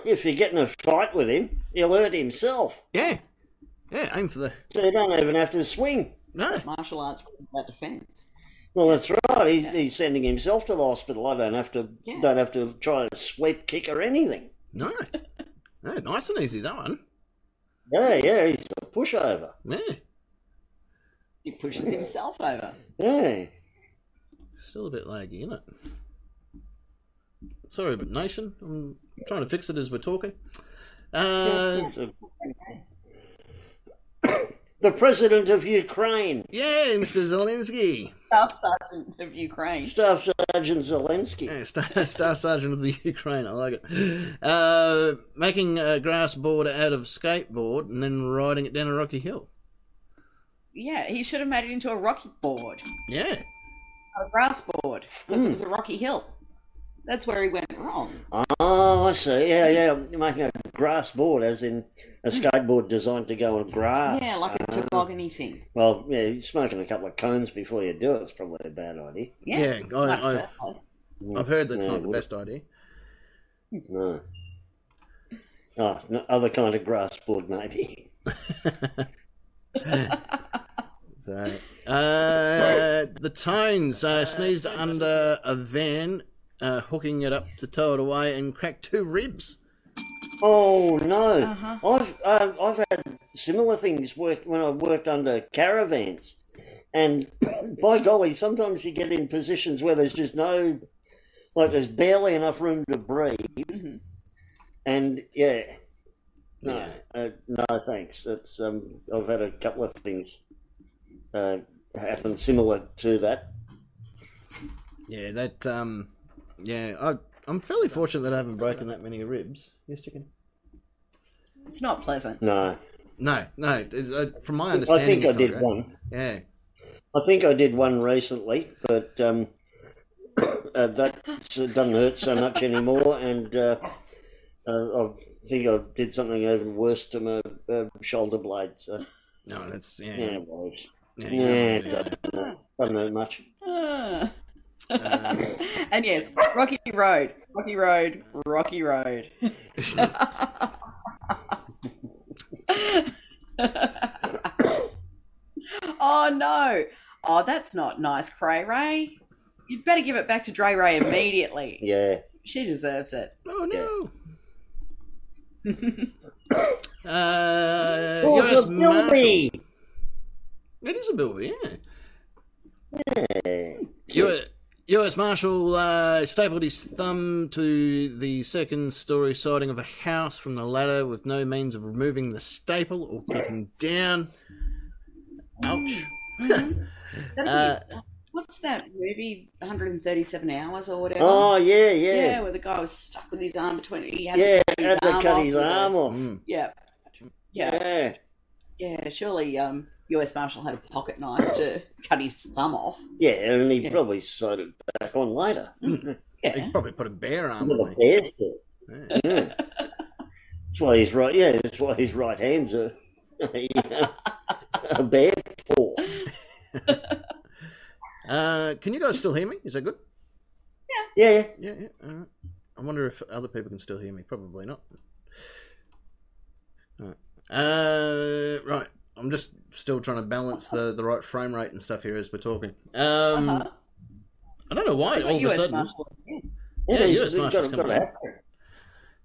Speaker 3: if you get in a fight with him, he'll hurt himself.
Speaker 2: yeah. Yeah, aim for the.
Speaker 3: So you don't even have to swing.
Speaker 2: No.
Speaker 4: Martial arts about defense.
Speaker 3: Well, that's right. He's, he's sending himself to the hospital. I don't have to.
Speaker 4: Yeah.
Speaker 3: Don't have to try to sweep, kick, or anything.
Speaker 2: No. No, nice and easy, that one.
Speaker 3: Yeah, yeah. He's a pushover.
Speaker 2: Yeah.
Speaker 4: He pushes himself over.
Speaker 3: Yeah.
Speaker 2: Still a bit laggy, isn't it? Sorry, but Nation, I'm trying to fix it as we're talking. Uh,
Speaker 3: It's a- the president of Ukraine,
Speaker 2: Yeah, Mr. Zelensky,
Speaker 4: Staff sergeant of Ukraine.
Speaker 3: Staff Sergeant Zelensky.
Speaker 2: Yeah, Star, Staff Sergeant of the Ukraine. I like it. Uh, making a grass board out of skateboard and then riding it down a rocky hill.
Speaker 4: Yeah, he should have made it into a rocky board,
Speaker 2: Yeah,
Speaker 4: a grass board, because it was a rocky hill. That's where he went wrong.
Speaker 3: Oh, I see. Yeah, yeah. You're making a grass board, as in a skateboard designed to go on grass.
Speaker 4: Hmm.
Speaker 3: Ah.
Speaker 4: Yeah, like a toboggany thing.
Speaker 3: Well, yeah, you're smoking a couple of cones before you do it. It's probably a bad idea.
Speaker 4: Yeah.
Speaker 2: Yeah, I-
Speaker 4: Like
Speaker 2: I-
Speaker 4: that one.
Speaker 2: I've heard that's
Speaker 3: Yeah,
Speaker 2: not the
Speaker 3: would-
Speaker 2: best idea.
Speaker 3: No. Oh, no, other kind of grass board, maybe.
Speaker 5: So, uh,
Speaker 2: the tones uh, sneezed under a van, uh, hooking it up to tow it away, and cracked two ribs.
Speaker 3: Oh no!
Speaker 4: Uh-huh.
Speaker 3: I've uh, I've had similar things worked when I worked under caravans, and by golly, sometimes you get in positions where there's just no, like there's barely enough room to breathe,
Speaker 4: Mhm.
Speaker 3: and yeah, no,
Speaker 2: Yeah.
Speaker 3: uh, no, thanks. It's um, I've had a couple of things uh, happen similar to that.
Speaker 2: Yeah, that. Um, yeah, I, I'm fairly fortunate that I haven't broken that many ribs. Yes, chicken.
Speaker 4: It's not pleasant.
Speaker 3: No,
Speaker 2: No, no. it- uh, from my
Speaker 3: I
Speaker 2: understanding,
Speaker 3: think I
Speaker 2: it's not
Speaker 3: did
Speaker 2: great.
Speaker 3: one.
Speaker 2: Yeah,
Speaker 3: I think I did one recently, but um, uh, that doesn't hurt so much anymore. And uh, uh, I think I did something even worse to my uh, shoulder blade. So
Speaker 2: no, that's yeah,
Speaker 3: yeah,
Speaker 2: yeah.
Speaker 3: well,
Speaker 2: yeah,
Speaker 3: yeah, it doesn't, hurt- doesn't hurt much.
Speaker 4: Ah.
Speaker 2: Uh,
Speaker 4: and yes, Rocky Road, Rocky Road, Rocky Road. oh no! Oh, that's not nice, Cray Ray. You'd better give it back to Dre Ray immediately.
Speaker 3: Yeah,
Speaker 4: She deserves it.
Speaker 2: oh no. Uh, US Marshal- It is a bill, yeah.
Speaker 3: Yeah.
Speaker 2: U- U.S. Marshal uh, stapled his thumb to the second story siding of a house from the ladder with no means of removing the staple or getting down. Ouch.
Speaker 4: Mm-hmm. That'd be-
Speaker 2: Uh,
Speaker 4: what's that movie? 137 hours or whatever.
Speaker 3: Oh yeah,
Speaker 4: yeah.
Speaker 3: yeah,
Speaker 4: where the guy was stuck with his arm between. He had
Speaker 3: yeah.
Speaker 4: to cut his
Speaker 3: Had to
Speaker 4: arm
Speaker 3: cut
Speaker 4: off
Speaker 3: his
Speaker 4: with a-
Speaker 3: arm off.
Speaker 2: Mm.
Speaker 4: Yeah. yeah,
Speaker 3: Yeah,
Speaker 4: yeah. Surely, um, U.S. Marshal had a pocket knife to cut his thumb off.
Speaker 3: yeah, and he
Speaker 4: Yeah.
Speaker 3: probably sided back on later.
Speaker 4: Yeah.
Speaker 2: He probably put a bear arm
Speaker 3: With a
Speaker 2: on
Speaker 3: bear stick.
Speaker 2: me.
Speaker 3: Yeah. That's why he's right. Yeah, that's why his right hands are a bear paw.
Speaker 2: Uh, can you guys still hear me? Is that good?
Speaker 3: Yeah,
Speaker 2: Yeah, yeah. All right. I wonder if other people can still hear me. Probably not. All right. Uh, right. I'm just still trying to balance the, the right frame rate and stuff here as we're talking. Um,
Speaker 4: Uh-huh.
Speaker 2: I don't know why
Speaker 4: But
Speaker 2: all of a
Speaker 4: US
Speaker 2: sudden
Speaker 4: Marshal, yeah.
Speaker 2: Yeah,
Speaker 3: he's-
Speaker 2: US
Speaker 3: he's got-
Speaker 2: Marshal's
Speaker 3: got to
Speaker 2: coming
Speaker 3: have to.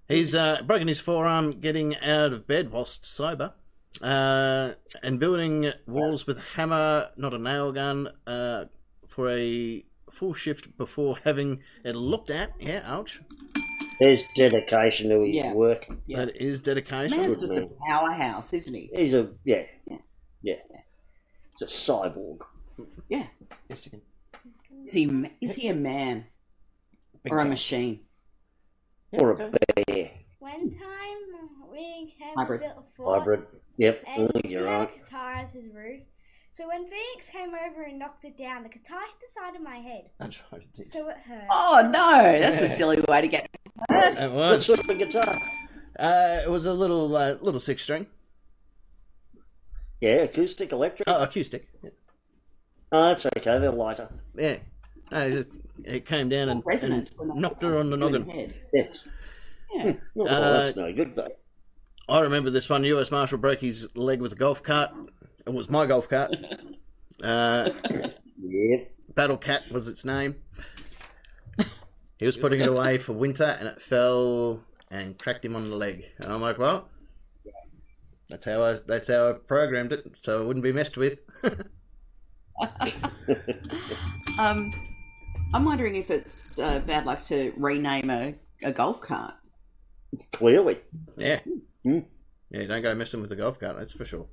Speaker 2: he's uh, broken his forearm getting out of bed whilst sober, uh, and building walls with a hammer, not a nail gun, uh, for a full shift before having it looked at. Yeah, ouch.
Speaker 3: There's dedication to his
Speaker 4: Yeah.
Speaker 3: work.
Speaker 4: Yeah.
Speaker 2: That is dedication.
Speaker 4: Man's
Speaker 3: good
Speaker 4: just a
Speaker 3: man.
Speaker 4: powerhouse, isn't he?
Speaker 3: He's a yeah,
Speaker 4: Yeah.
Speaker 3: yeah. It's a cyborg.
Speaker 2: Yes, you can.
Speaker 4: Is he? ma- Is he a man
Speaker 2: Big
Speaker 4: or a
Speaker 2: time.
Speaker 4: machine?
Speaker 3: Or a bear
Speaker 6: One time uh, we had
Speaker 4: Hybrid.
Speaker 6: built a fort
Speaker 3: hybrid. Yep,
Speaker 6: and
Speaker 3: mm,
Speaker 6: we
Speaker 3: you're
Speaker 6: had
Speaker 3: right.
Speaker 6: a guitar as his roof. So when Phoenix came over and knocked it down, the guitar hit the side of my head,
Speaker 2: That's right. It is.
Speaker 6: so it hurt.
Speaker 4: Oh no, that's a
Speaker 2: Yeah.
Speaker 4: silly way to get.
Speaker 2: It
Speaker 3: What
Speaker 2: was.
Speaker 3: sort of guitar?
Speaker 2: Uh, it was a little uh, little six string.
Speaker 3: Yeah, acoustic, electric.
Speaker 2: Oh, acoustic.
Speaker 3: Oh, that's okay. They're lighter.
Speaker 2: Yeah. No, it, it came down and,
Speaker 4: Resonant.
Speaker 2: and knocked her on the
Speaker 4: Good
Speaker 2: noggin.
Speaker 4: head.
Speaker 3: Yes.
Speaker 4: Yeah.
Speaker 3: Oh,
Speaker 2: Uh,
Speaker 3: that's no good though.
Speaker 2: I remember this one. U.S. Marshal broke his leg with a golf cart. It was my golf cart. Uh,
Speaker 3: Yep.
Speaker 2: Battle Cat was its name. He was putting it away for winter, and it fell and cracked him on the leg. And I'm like, well, that's how I that's how I programmed it, so it wouldn't be messed with.
Speaker 4: Um, I'm wondering if it's uh, bad luck to rename a, a golf cart.
Speaker 3: Clearly.
Speaker 2: yeah,
Speaker 3: Hmm.
Speaker 2: yeah. Don't go messing with the golf cart. That's for sure.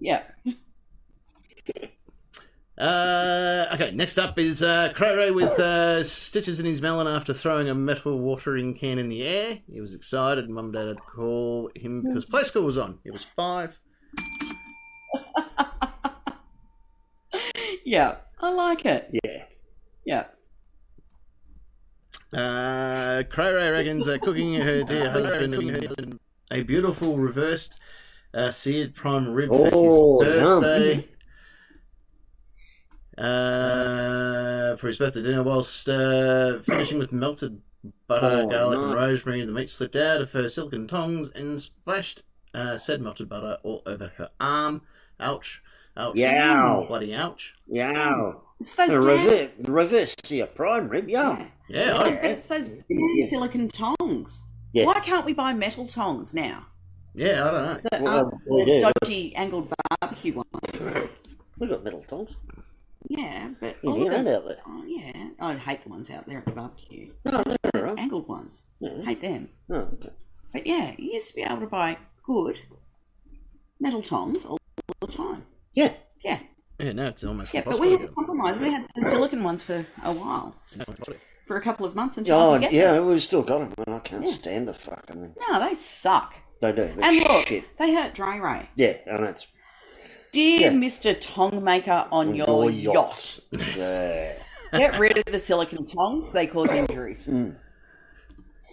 Speaker 4: Yeah.
Speaker 2: Uh, okay, next up is uh, Crowray with uh, stitches in his melon after throwing a metal watering can in the air. He was excited. Mum and Dad had to call him because play school was on. He was five.
Speaker 4: Yeah. I like it.
Speaker 3: Yeah.
Speaker 4: Yeah.
Speaker 2: Uh, Crowray reckons uh, cooking her dear husband a beautiful reversed uh, seared prime rib for
Speaker 3: Oh,
Speaker 2: his
Speaker 3: yum.
Speaker 2: birthday. Uh, uh, for his birthday dinner whilst uh, finishing with melted butter,
Speaker 3: Oh,
Speaker 2: garlic,
Speaker 3: no.
Speaker 2: and rosemary. The meat slipped out of her silken tongs and splashed uh, said melted butter all over her arm. Ouch. Ouch.
Speaker 3: Yow.
Speaker 2: Bloody ouch.
Speaker 3: Yow.
Speaker 4: It's those
Speaker 3: A
Speaker 4: damn,
Speaker 3: reverse, reverse your prime rib. Yum.
Speaker 2: Yeah,
Speaker 4: Yeah,
Speaker 2: I-
Speaker 4: but it's those damn
Speaker 3: Oh. Yeah.
Speaker 4: silicon tongs.
Speaker 3: Yeah.
Speaker 4: Why can't we buy metal tongs now?
Speaker 2: yeah, I don't know.
Speaker 4: The,
Speaker 3: Well,
Speaker 4: um,
Speaker 3: we
Speaker 4: the
Speaker 3: do.
Speaker 4: dodgy angled barbecue ones.
Speaker 3: We've got metal tongs.
Speaker 4: Yeah, but
Speaker 3: You
Speaker 4: all
Speaker 3: hear
Speaker 4: the,
Speaker 3: that out there?
Speaker 4: Oh, yeah, I'd hate the ones out there at the barbecue.
Speaker 3: All right.
Speaker 4: Angled ones,
Speaker 3: Yeah.
Speaker 4: hate them.
Speaker 3: Oh, okay.
Speaker 4: But yeah, you used to be able to buy good metal tongs all the time.
Speaker 3: Yeah.
Speaker 4: Yeah,
Speaker 2: Yeah, no, it's almost
Speaker 4: yeah, but
Speaker 2: impossible.
Speaker 4: we
Speaker 2: to
Speaker 4: had to compromise. We had the silicon ones for a while,
Speaker 2: get.
Speaker 4: for a couple of months until I
Speaker 3: Oh,
Speaker 4: could get
Speaker 3: yeah,
Speaker 4: them.
Speaker 3: we've still got them. I can't stand the fucking thing.
Speaker 4: No, they suck.
Speaker 3: They do. They're
Speaker 4: And look,
Speaker 3: shit.
Speaker 4: they hurt Dry Ray.
Speaker 3: Yeah, and that's
Speaker 4: Dear
Speaker 3: Yeah.
Speaker 4: Mr. Tong Maker on your, yacht.
Speaker 3: yeah.
Speaker 4: Get rid of the silicon tongs, they cause injuries.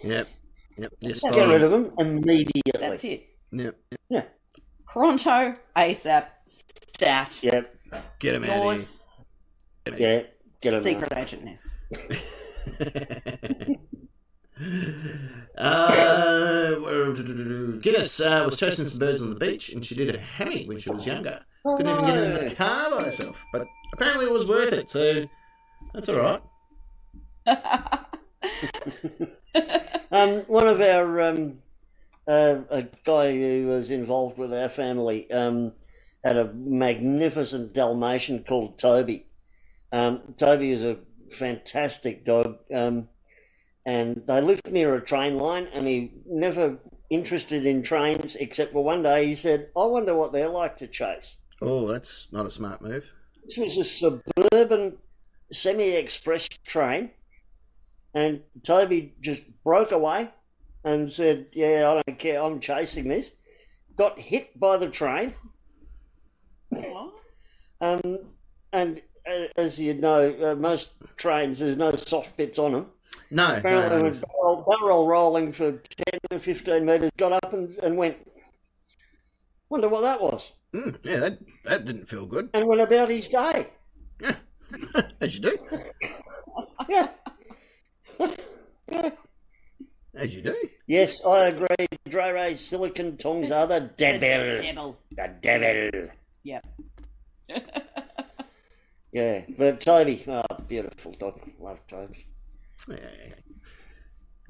Speaker 2: Yep. Yep. Yes,
Speaker 4: Get
Speaker 3: Mm. Get
Speaker 2: fine.
Speaker 3: rid of them immediately.
Speaker 4: That's it.
Speaker 2: Yep. yep.
Speaker 3: Yeah.
Speaker 4: Pronto, ASAP, stat.
Speaker 3: Yeah.
Speaker 2: Get him out of
Speaker 4: Yours,
Speaker 3: Yeah. Get them.
Speaker 4: secret agentness.
Speaker 2: here. Uh, where- Guinness uh, was chasing some birds on the beach, and she did a hammy when she was younger.
Speaker 3: Oh.
Speaker 2: Couldn't even get in the car by herself, but apparently it was worth it. So that's all right.
Speaker 3: Um, one of our um, uh, a guy who was involved with our family um, had a magnificent Dalmatian called Toby. Um, Toby is a fantastic dog, um, and they lived near a train line. And he never interested in trains, except for one day he said, "I wonder what they're like to chase."
Speaker 2: Oh, that's not a smart move.
Speaker 3: This was a suburban semi-express train, and Toby just broke away and said, "Yeah, I don't care. I'm chasing this." Got hit by the train,
Speaker 4: What?
Speaker 3: um, and uh, as you know, uh, most trains there's no soft bits on them.
Speaker 2: No, no,
Speaker 3: Apparently,
Speaker 2: no,
Speaker 3: it
Speaker 2: no.
Speaker 3: was barrel, barrel rolling for ten to fifteen meters. Got up and, and went. Wonder what that was,
Speaker 2: Mm, yeah, that that didn't feel good.
Speaker 3: and went about his day.
Speaker 2: As you do,
Speaker 3: Yeah.
Speaker 2: as you do.
Speaker 3: Yes, I agree. Dry Ray silicon tongs are the devil.
Speaker 4: Devil.
Speaker 3: The devil.
Speaker 4: Yep.
Speaker 3: Yeah, but Toby, oh, beautiful dog. Love Tobes.
Speaker 2: Yeah.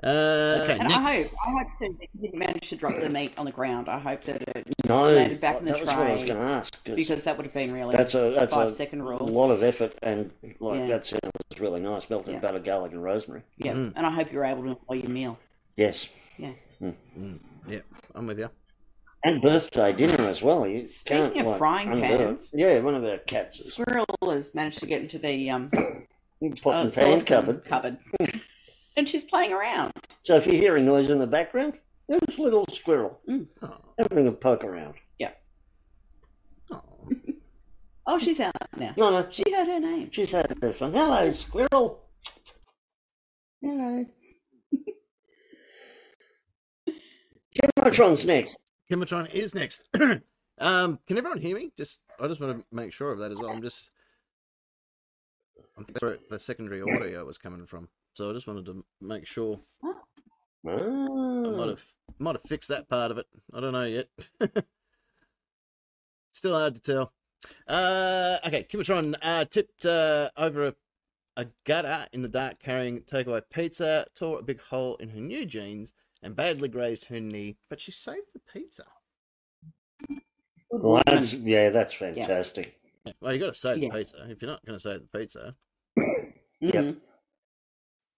Speaker 2: Uh, okay,
Speaker 4: And I hope,
Speaker 2: next.
Speaker 4: I hope too that you didn't manage to drop the meat on the ground. I hope that it
Speaker 3: No,
Speaker 4: landed back in the
Speaker 3: that was what I was
Speaker 4: tray,
Speaker 3: going to ask. 'cause
Speaker 4: because that would have been really
Speaker 3: that's a that's
Speaker 4: five
Speaker 3: a
Speaker 4: second rule.
Speaker 3: lot of effort, and like
Speaker 4: Yeah.
Speaker 3: that sounds really nice. Melted
Speaker 4: Yeah.
Speaker 3: butter, garlic, and rosemary.
Speaker 4: Yeah, and I hope you were able to enjoy your meal.
Speaker 3: Yes,
Speaker 4: Yeah.
Speaker 2: Yep, I'm with you.
Speaker 3: and birthday dinner as well. You
Speaker 4: Speaking
Speaker 3: can't,
Speaker 4: of
Speaker 3: like,
Speaker 4: frying
Speaker 3: undo it.
Speaker 4: pans-
Speaker 3: yeah, one of our cats is
Speaker 4: Squirrel has managed to get into the um,
Speaker 3: pot
Speaker 4: uh,
Speaker 3: and pan
Speaker 4: saucepan
Speaker 3: cupboard.
Speaker 4: cupboard. and she's playing around.
Speaker 3: So if you hear a noise in the background, it's a little squirrel
Speaker 4: Mm.
Speaker 3: having a poke around.
Speaker 2: Oh,
Speaker 4: Oh, she's out now.
Speaker 3: No, no,
Speaker 4: She heard her name.
Speaker 3: She's had her fun. Hello, squirrel. Hello. Kimotron's next.
Speaker 2: Kimotron is next. um, can everyone hear me? Just, I just want to make sure of that as well. I'm just, I think that's where the secondary audio was coming from. So I just wanted to make sure I
Speaker 3: Hmm.
Speaker 2: might have might have fixed that part of it. I don't know yet. Still hard to tell. Uh, okay, Kimotron uh, tipped uh, over a, a gutter in the dark carrying takeaway pizza, tore a big hole in her new jeans, and badly grazed her knee, but she saved the pizza.
Speaker 3: Ah, Well, that's, yeah, that's fantastic.
Speaker 2: Yeah, Well, you got to save
Speaker 4: Yeah.
Speaker 2: the pizza. If you're not going to save the pizza,
Speaker 4: Mhm.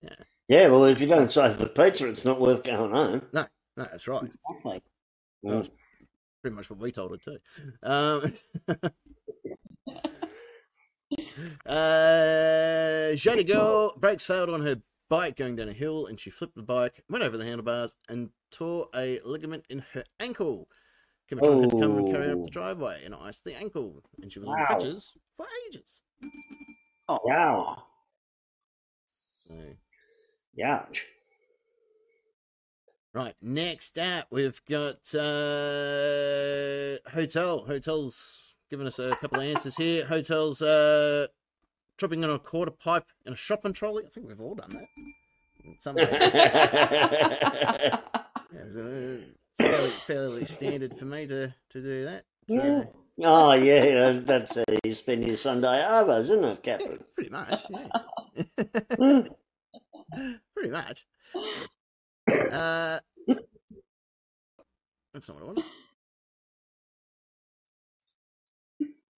Speaker 3: Yep. Yeah. well, if you don't save the pizza, it's not worth going home.
Speaker 2: no, that's right.
Speaker 4: Exactly.
Speaker 2: That's
Speaker 4: Mm.
Speaker 2: pretty much what we told her too. Um, uh, Jada girl brakes failed on her bike going down a hill, and she flipped the bike, went over the handlebars, and tore a ligament in her ankle. Kimotron had to come and carry her up
Speaker 3: Oh.
Speaker 2: the driveway and iced the ankle, and she was on
Speaker 3: Wow.
Speaker 2: crutches for ages.
Speaker 3: Wow.
Speaker 2: So.
Speaker 3: Ouch.
Speaker 2: Right, next up, we've got uh, Hotel. Hotel's given us a couple of answers here. Hotel's uh, tripping on a quarter pipe in a shopping trolley. I think we've all done that. in Some way. Yeah, it was, uh, fairly, fairly standard for me to, to do that. So,
Speaker 3: Yeah. Oh, yeah, that's how you spend your Sunday hours, isn't it, Catherine?
Speaker 2: Pretty much, yeah.
Speaker 4: Mm.
Speaker 2: pretty much. Uh, that's not what I wanted.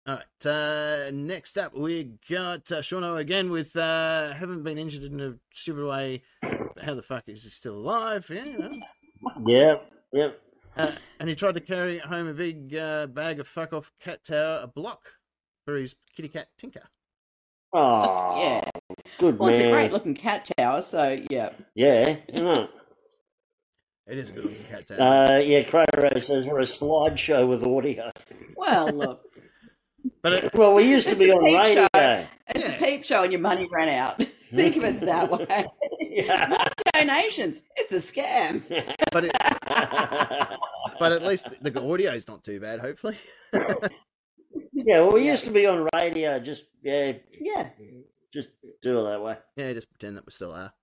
Speaker 2: All right. Uh, next up, we got uh, Sean again with uh, haven't been injured in a stupid way. But how the fuck is he still alive? Yeah. well.
Speaker 3: Yeah, yeah.
Speaker 2: Uh, and he tried to carry home a big uh, bag of fuck off cat tower, a block for his kitty cat Tinker.
Speaker 3: Oh,
Speaker 4: yeah.
Speaker 3: good
Speaker 4: Well,
Speaker 3: man.
Speaker 4: it's a great looking cat tower, so yeah.
Speaker 3: Yeah, isn't it?
Speaker 2: It is a good looking cat tower.
Speaker 3: Uh, yeah, Crowrow says we're a slideshow with audio.
Speaker 4: Well, look,
Speaker 2: but it,
Speaker 3: Well, we used to
Speaker 4: It's
Speaker 3: be
Speaker 4: a
Speaker 3: on
Speaker 4: peep
Speaker 3: radio.
Speaker 4: show. it's
Speaker 2: Yeah.
Speaker 4: a peep show and your money ran out. Think of it that way.
Speaker 3: Yeah.
Speaker 4: Donations, it's a scam.
Speaker 2: but it, but at least the audio is not too bad. Hopefully,
Speaker 3: yeah, well, we used to be on radio. Just, yeah,
Speaker 4: Yeah.
Speaker 3: just do it that way.
Speaker 2: yeah, just pretend that we still are.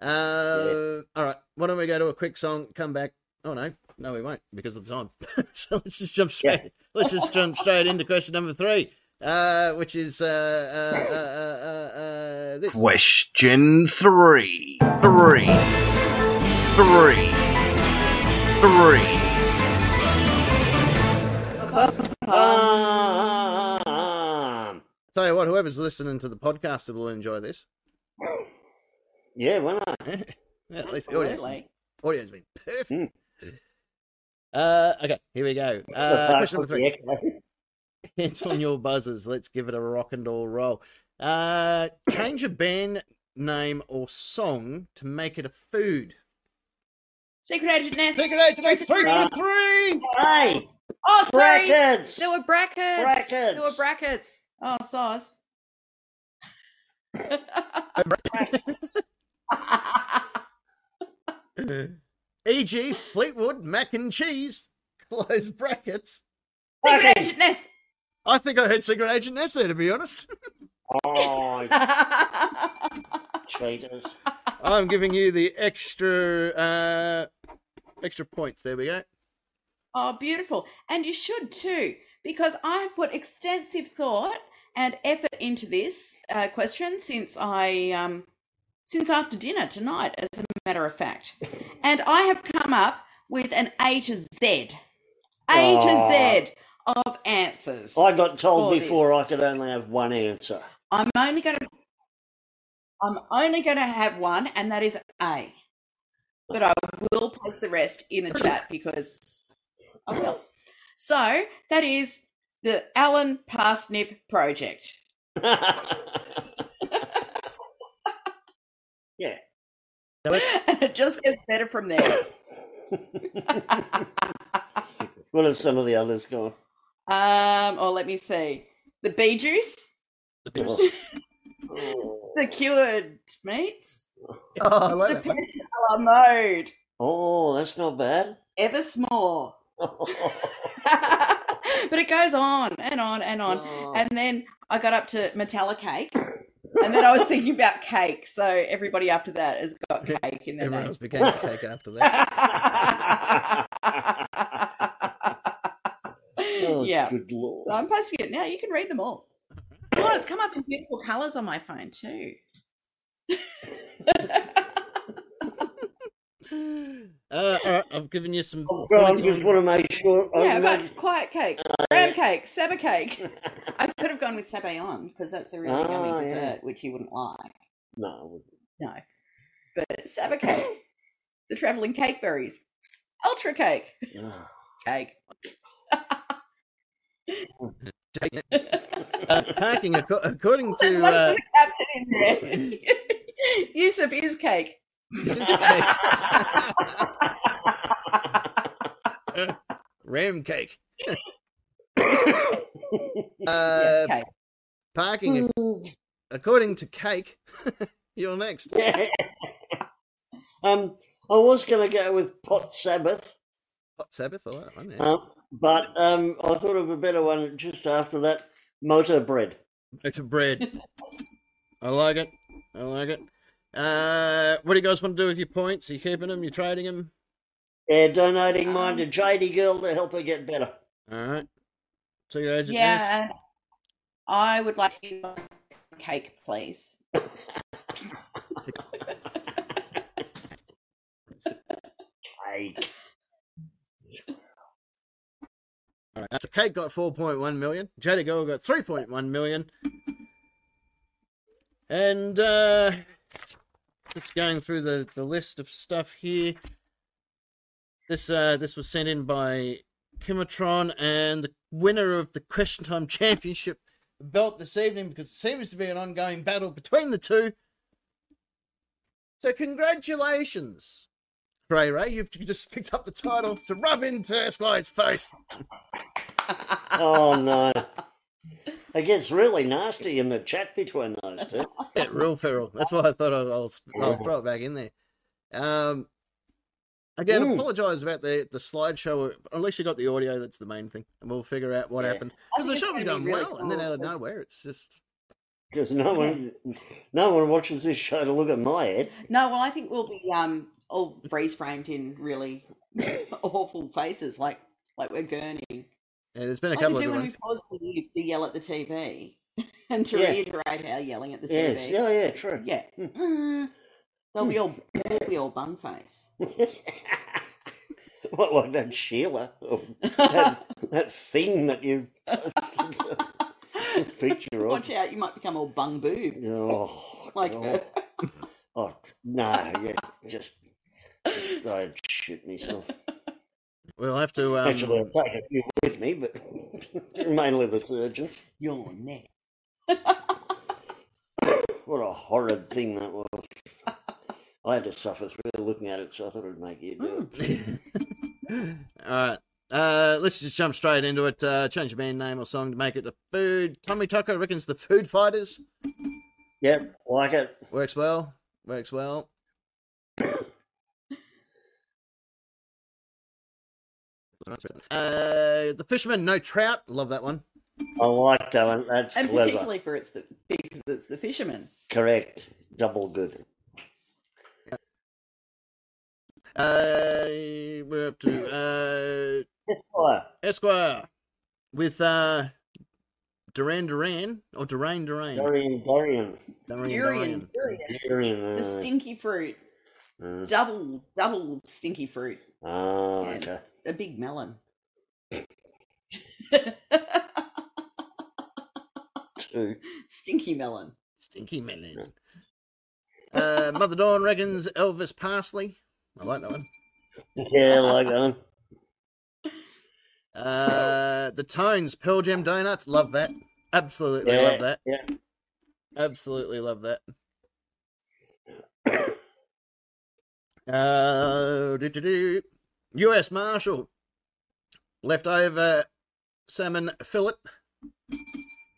Speaker 2: Uh, All right, why don't we go to a quick song? Come back. Oh no, no, we won't because of the time. so let's just jump straight. Let's just jump straight into question number three, uh, which is uh, uh, uh, uh, uh, uh, this.
Speaker 7: Question three. Three. Three. Three.
Speaker 3: Um,
Speaker 2: Tell you what, whoever's listening to the podcast will enjoy this.
Speaker 3: yeah, why not?
Speaker 2: Yeah, at least the audio's been,
Speaker 4: Absolutely.
Speaker 2: audio's been perfect.
Speaker 3: Mm.
Speaker 2: Uh, okay, here we go. Uh,
Speaker 3: Apart
Speaker 2: question
Speaker 3: from
Speaker 2: number three.
Speaker 3: the echo.
Speaker 2: Hands on your buzzers. Let's give it a rock and roll roll. Uh, change a band name or song to make it a food.
Speaker 4: Secret Agent Ness.
Speaker 2: Agent Ace three
Speaker 3: Ah.
Speaker 2: three.
Speaker 3: Hey,
Speaker 4: oh, sorry.
Speaker 3: brackets!
Speaker 4: There were brackets. There were
Speaker 3: Brackets.
Speaker 4: brackets. Oh, sauce.
Speaker 2: E.g. E Fleetwood Mac and Cheese. Close brackets.
Speaker 4: Secret
Speaker 3: Brackets.
Speaker 4: Agent Ness.
Speaker 2: I think I heard Secret Agent Ness there, to be honest.
Speaker 3: Oh,
Speaker 4: oh,
Speaker 3: cheaters.
Speaker 2: I'm giving you the extra uh, extra points. There we go.
Speaker 4: Oh, beautiful. And you should too, because I've put extensive thought and effort into this uh, question since I um, since after dinner tonight, as a matter of fact. And I have come up with an A to Z, A
Speaker 3: Aw.
Speaker 4: to Z of answers.
Speaker 3: I got told
Speaker 4: For this.
Speaker 3: before I could only have one answer.
Speaker 4: I'm only going to I'm only going to have one, and that is A. But I will post the rest in the chat because I will. So that is the Alan Parsnip project.
Speaker 3: yeah.
Speaker 2: Now, it's-
Speaker 4: And it just gets better from there.
Speaker 3: What are some of the others going?
Speaker 4: Um, or let me see. The bee juice,
Speaker 3: Oh,
Speaker 4: the cured meats,
Speaker 2: Oh, I like that
Speaker 4: the
Speaker 2: one.
Speaker 4: pest a la mode,
Speaker 3: Oh, that's not bad.
Speaker 4: ever s'more. but it goes on and on and on. And then I got up to Metalla cake. And then I was thinking about cake. So everybody after that has got cake in their
Speaker 2: Everyone
Speaker 4: name.
Speaker 2: else became a cake after that.
Speaker 3: Oh,
Speaker 4: yeah.
Speaker 3: Good lord.
Speaker 4: So I'm posting it now. You can read them all. Oh, it's come up in beautiful colours on my phone too.
Speaker 2: Uh, all right, I've given you some.
Speaker 3: Oh, God, I
Speaker 2: points
Speaker 3: just
Speaker 2: on-
Speaker 3: want to make sure. I
Speaker 4: yeah, I've
Speaker 3: make-
Speaker 4: got quiet cake, graham cake, saba cake. I could have gone with sabayon because that's a really
Speaker 3: Ah,
Speaker 4: yummy
Speaker 3: yeah.
Speaker 4: dessert, which you wouldn't like.
Speaker 3: No, I wouldn't.
Speaker 4: No. But Saba cake, the traveling cake berries, ultra cake,
Speaker 3: Ah.
Speaker 4: cake.
Speaker 2: Uh, parking, acco- according
Speaker 4: There's
Speaker 2: to
Speaker 4: one
Speaker 2: uh,
Speaker 4: for the captain in there. Use of his cake.
Speaker 2: just cake. ram cake.
Speaker 4: Yeah,
Speaker 2: uh,
Speaker 4: cake.
Speaker 2: parking, ac- according to cake. You're next.
Speaker 3: Yeah. um, I was going to go with Pot Sabbath,
Speaker 2: Hot Sabbath, I like that one. Yeah.
Speaker 3: uh, but um, I thought of a better one just after that. Motor bread.
Speaker 2: It's a bread. I like it. I like it. Uh, what do you guys want to do with your points? Are you keeping them? You trading them?
Speaker 3: Yeah, donating mine
Speaker 4: Um.
Speaker 3: to JD Girl to help her get better.
Speaker 2: All right. So your agent. Nath?
Speaker 4: Yeah, and I would like to use my cake, please.
Speaker 3: Cake.
Speaker 2: All right. So Kate got 4.1 million. Jada Girl got 3.1 million. And uh, just going through the, the list of stuff here. This uh, this was sent in by Kimatron and the winner of the Question Time Championship belt this evening because it seems to be an ongoing battle between the two. So congratulations, Ray Ray. You've just picked up the title to rub into Sky's face.
Speaker 3: Oh no. It gets really nasty in the chat between those two.
Speaker 2: Yeah, real peril. That's why I thought I'll, I'll, sp- I'll throw it back in there. Um, again,
Speaker 3: Mm.
Speaker 2: apologise about the the slideshow. Unless you got the audio, that's the main thing, and we'll figure out what
Speaker 3: Yeah.
Speaker 2: happened
Speaker 4: I
Speaker 2: because the
Speaker 4: think
Speaker 2: show was
Speaker 4: it's gonna
Speaker 2: going
Speaker 4: be really
Speaker 2: well, and then
Speaker 4: cool,
Speaker 2: out of
Speaker 4: because-
Speaker 2: nowhere, it's just
Speaker 3: Because no one no one watches this show to look at my head.
Speaker 4: No, well, I think we'll be um all freeze framed in really awful faces, like like we're gurning.
Speaker 2: yeah, there's been a
Speaker 4: Like we
Speaker 2: couple of
Speaker 4: do
Speaker 2: good
Speaker 4: when we
Speaker 2: ones.
Speaker 4: pause the news to yell at the TV and to
Speaker 3: Yeah.
Speaker 4: reiterate our yelling at the
Speaker 3: Yes.
Speaker 4: TV.
Speaker 3: Oh yeah, true.
Speaker 4: Yeah.
Speaker 2: Hmm.
Speaker 4: Mm. They'll be all they'll be all bung face.
Speaker 3: what like that Sheila? Or that, that thing that you posted a picture of.
Speaker 4: Watch out, you might become all bung boob.
Speaker 3: Oh,
Speaker 4: Like
Speaker 3: God. oh no, yeah, just, just I'd shit myself.
Speaker 2: We'll have to. Um,
Speaker 3: Actually, I'll take a few with me, but mainly the surgeons.
Speaker 4: your neck.
Speaker 3: What a horrid thing that was. I had to suffer through looking at it, so I thought it'd make you do
Speaker 4: Hmm.
Speaker 3: it.
Speaker 2: All right. Uh, let's just jump straight into it. Uh, change your band name or song to make it to food. Tommy Tucker reckons the Food Fighters
Speaker 3: Yep, like it.
Speaker 2: works well. Works well. Uh, the fisherman, no trout. Love that one.
Speaker 3: I like that one. That's
Speaker 4: And
Speaker 3: clever.
Speaker 4: particularly for it's the because it's the fisherman.
Speaker 3: Correct. Double good.
Speaker 2: Uh, we're up to
Speaker 3: Fire.
Speaker 2: uh, Esquire with uh, Duran Duran or Duran
Speaker 4: Hmm.
Speaker 2: Duran.
Speaker 3: Dorian, Dorian.
Speaker 2: Duran
Speaker 4: Durian.
Speaker 2: Duran.
Speaker 4: Durian.
Speaker 3: Dorian.
Speaker 4: The
Speaker 3: uh,
Speaker 4: stinky fruit.
Speaker 3: uh,
Speaker 4: Double double stinky fruit.
Speaker 3: oh,
Speaker 4: Yeah,
Speaker 3: okay.
Speaker 4: A big melon.
Speaker 3: Two.
Speaker 4: Stinky melon.
Speaker 2: Stinky melon. Uh, Mother Dawn reckons Elvis Parsley. I like that one.
Speaker 3: Yeah, like that one.
Speaker 2: Uh, the Tones, Pearl Jam Donuts. Love that. Absolutely
Speaker 3: Yeah,
Speaker 2: love that.
Speaker 3: yeah.
Speaker 2: Absolutely love that. Uh, doo-doo-doo. U.S. Marshal. Leftover salmon fillet.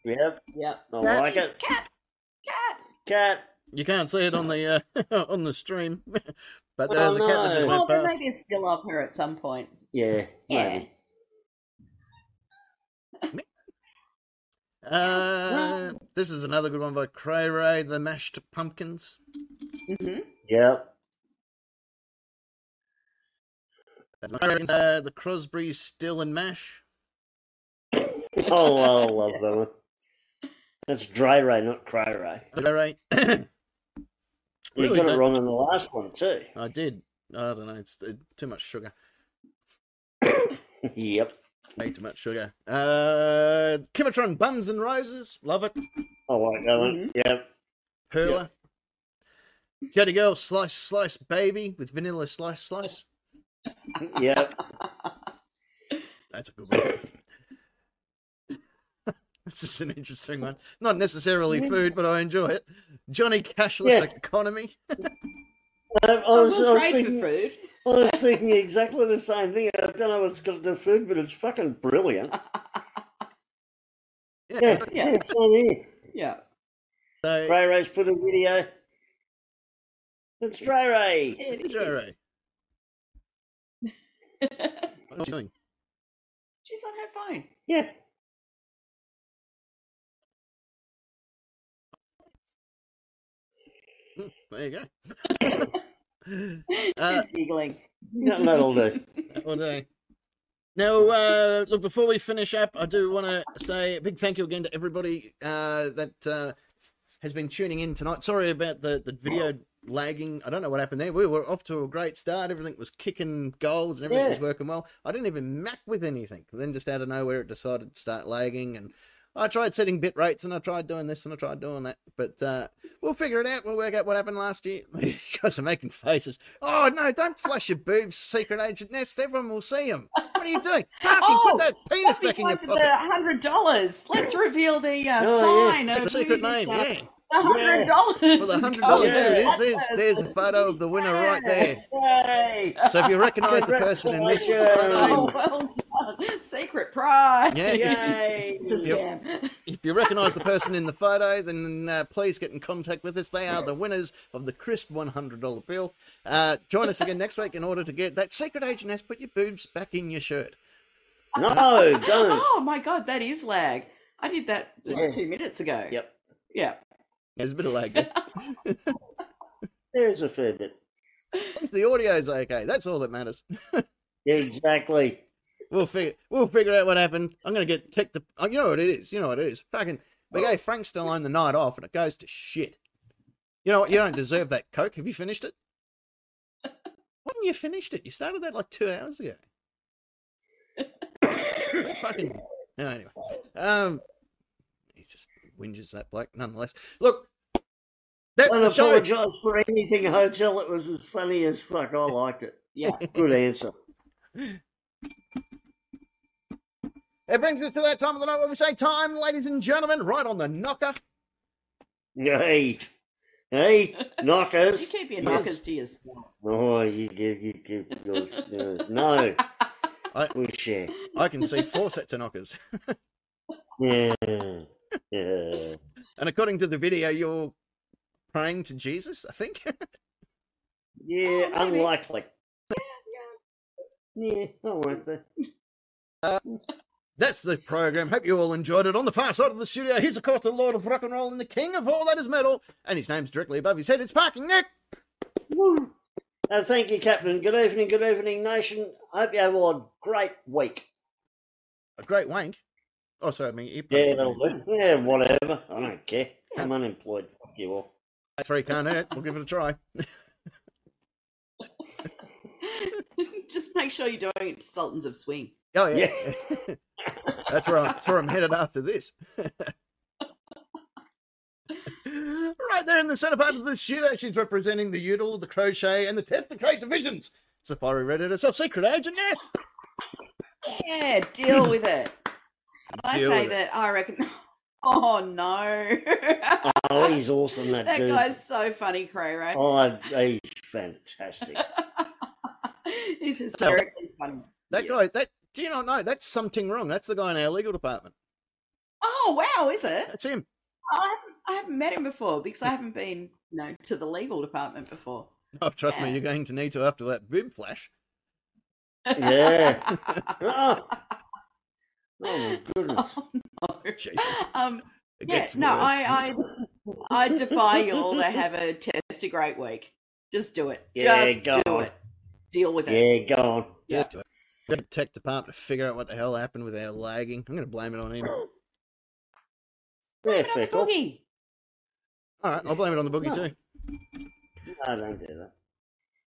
Speaker 3: Yep,
Speaker 4: Yep.
Speaker 3: I like it.
Speaker 4: Cat. Cat.
Speaker 3: Cat.
Speaker 2: You can't see it on the uh, on the stream, but
Speaker 3: Oh,
Speaker 2: there's a cat that just
Speaker 3: no.
Speaker 4: Well,
Speaker 2: went
Speaker 4: there
Speaker 2: past.
Speaker 4: may be a still of her at some point.
Speaker 3: Yeah.
Speaker 4: Yeah.
Speaker 3: maybe.
Speaker 2: Uh, this is another good one by Cray Ray, the mashed pumpkins.
Speaker 4: hmm
Speaker 3: Yep.
Speaker 2: Uh, the Crosby Still and Mash.
Speaker 3: Oh, I love that one. That's dry ray, not cry ray.
Speaker 2: Cray Ray. I
Speaker 3: You
Speaker 2: Really
Speaker 3: got it
Speaker 2: don't-
Speaker 3: wrong on the last one too.
Speaker 2: did. I don't know. It's uh, too much sugar.
Speaker 3: yep.
Speaker 2: Way too much sugar. Uh, Kimatron Buns and Roses. Love it.
Speaker 3: I like that one. Yep.
Speaker 2: Perla. Jetty Girl Slice Slice Baby with Vanilla Slice Slice.
Speaker 3: Yep.
Speaker 2: That's a good one. This is an interesting one. Not necessarily food, but I enjoy it. Johnny Cashless
Speaker 3: Yeah.
Speaker 2: Economy.
Speaker 3: I, I
Speaker 4: I
Speaker 3: was, I
Speaker 4: will
Speaker 3: was
Speaker 4: trade
Speaker 3: thinking,
Speaker 4: for food.
Speaker 3: I was thinking exactly the same thing. I don't know what's got to do with food, but it's fucking brilliant. Yeah,
Speaker 4: Yeah.
Speaker 3: yeah. it's on here.
Speaker 4: Yeah.
Speaker 2: So,
Speaker 3: Ray Ray's put a video. It's Dry Ray.
Speaker 4: It
Speaker 2: It's
Speaker 4: is.
Speaker 2: all right. What are you doing?
Speaker 4: She's on her phone.
Speaker 3: Yeah.
Speaker 2: there you Uh, go. Uh,
Speaker 4: She's giggling.
Speaker 3: Yeah, that'll do.
Speaker 2: all day. Now, uh, look, before we finish up, I do want to say a big thank you again to everybody uh, that uh, has been tuning in tonight. Sorry about the, the video lagging. I don't know what happened there. We were off to a great start. Everything was kicking goals and everything was
Speaker 3: Yeah.
Speaker 2: working well. I didn't even map with anything. Then just out of nowhere, it decided to start lagging. And I tried setting bit rates and I tried doing this and I tried doing that. But uh, we'll figure it out. We'll work out what happened last year. you guys are making faces. Oh no! Don't flash your boobs, secret agent nest. Everyone will see them. What are you doing? Harky,
Speaker 4: Oh,
Speaker 2: put that penis
Speaker 4: That'd be
Speaker 2: back in your
Speaker 4: time for
Speaker 2: pocket.
Speaker 4: the hundred dollars. Let's reveal the uh,
Speaker 3: Oh, yeah.
Speaker 4: sign
Speaker 2: It's
Speaker 4: of
Speaker 2: a secret name. Yeah.
Speaker 4: The hundred dollars.
Speaker 2: Well, the hundred dollars. There it is. There's, there's a photo of the winner right there.
Speaker 3: Yay!
Speaker 2: So if you recognise the person in this
Speaker 3: Congratulations.
Speaker 2: photo,
Speaker 4: Oh, well done. Secret prize.
Speaker 2: Yeah, you-
Speaker 4: Yay. It's a
Speaker 2: Yep.
Speaker 4: scam.
Speaker 2: if you recognise the person in the photo, then uh, please get in contact with us. They are the winners of the crisp one hundred dollar bill. Uh, join us again next week in order to get that secret agent has put your boobs back in your shirt.
Speaker 3: No, don't.
Speaker 4: Oh, my God. That is lag. I did that like,
Speaker 3: Yeah.
Speaker 4: two minutes ago.
Speaker 3: Yep.
Speaker 4: Yeah.
Speaker 2: There's a bit of lag. there.
Speaker 3: There's a fair bit.
Speaker 2: At least the audio's okay. That's all that matters.
Speaker 3: Exactly.
Speaker 2: We'll figure we'll figure out what happened. I'm gonna get tech to oh, you know what it is, you know what it is. Fucking we gave Frank Stallone the night off and it goes to shit. You know what, you don't deserve that Coke. Have you finished it? Why didn't you finished it? You started that like two hours ago. That fucking no, anyway. Um he just whinges that bloke, nonetheless. Look that's
Speaker 3: I
Speaker 2: the show.
Speaker 3: apologise for anything hotel. It was as funny as fuck. I liked it.
Speaker 4: Yeah.
Speaker 3: Good answer.
Speaker 2: It brings us to that time of the night where we say time, ladies and gentlemen, right on the knocker.
Speaker 3: Hey, hey,
Speaker 4: You
Speaker 3: knockers.
Speaker 4: keep your
Speaker 2: Yes.
Speaker 4: knockers to yourself.
Speaker 3: Oh, you do, you do. yours, yours. No,
Speaker 2: I-
Speaker 3: we share.
Speaker 2: I can see four sets of knockers.
Speaker 3: Yeah, yeah.
Speaker 2: And according to the video, you're praying to Jesus, I think.
Speaker 3: Yeah,
Speaker 4: Oh, maybe.
Speaker 3: unlikely. Yeah, I won't. be.
Speaker 2: That's the program. Hope you all enjoyed it. On the far side of the studio, he's of course the Lord of Rock and Roll and the King of all that is metal. And his name's directly above his head. It's Parking Nick.
Speaker 3: Woo. Uh, thank you, Captain. Good evening, good evening, nation. Hope you have all a great week.
Speaker 2: A great wank. Oh, sorry, I mean, he
Speaker 3: Yeah, that'll do. Yeah, whatever. I don't care. I'm unemployed. Fuck you all.
Speaker 2: three can't hurt. We'll give it a try.
Speaker 4: Just make sure you don't Sultans of Swing.
Speaker 2: Oh, yeah. that's, where I'm, that's where I'm headed after this. right there in the centre part of the studio, she's representing the Udall, the Crochet, and the Test Crate divisions. It's the fiery red editor, so secret agent, yes.
Speaker 4: Yeah, deal with it. I
Speaker 2: Deal
Speaker 4: say
Speaker 2: with it.
Speaker 4: that I reckon. Oh no,
Speaker 3: Oh, he's awesome, that,
Speaker 4: that
Speaker 3: dude.
Speaker 4: guy's so funny, Cray. Right?
Speaker 3: Oh, he's fantastic.
Speaker 4: He's hysterically funny.
Speaker 2: That
Speaker 3: Yeah.
Speaker 2: guy, that do you not know? That's something wrong. That's the guy in our legal department.
Speaker 4: Oh wow, is
Speaker 3: Uh,
Speaker 4: it?
Speaker 2: That's him.
Speaker 4: I haven't, I haven't met him before because I haven't been, you know, to the legal department before.
Speaker 2: Oh, trust me, you're going to need to after that bib flash.
Speaker 3: Yeah. oh. Oh, my goodness.
Speaker 2: Jesus.
Speaker 4: Um,
Speaker 2: It
Speaker 4: yeah,
Speaker 2: gets
Speaker 4: no,
Speaker 2: worse.
Speaker 4: I, I, I defy you all to have a test a great week. Just do it.
Speaker 3: Yeah,
Speaker 4: Just
Speaker 3: go
Speaker 4: do
Speaker 3: on.
Speaker 4: it. Deal with it.
Speaker 3: Yeah, go on.
Speaker 2: Just do it. Got the tech department to figure out what the hell happened with our lagging. I'm going to blame it on him. All
Speaker 3: Yeah,
Speaker 4: Put on the
Speaker 3: feckle.
Speaker 4: boogie.
Speaker 2: right, I'll blame it on the boogie too.
Speaker 3: No, don't do that.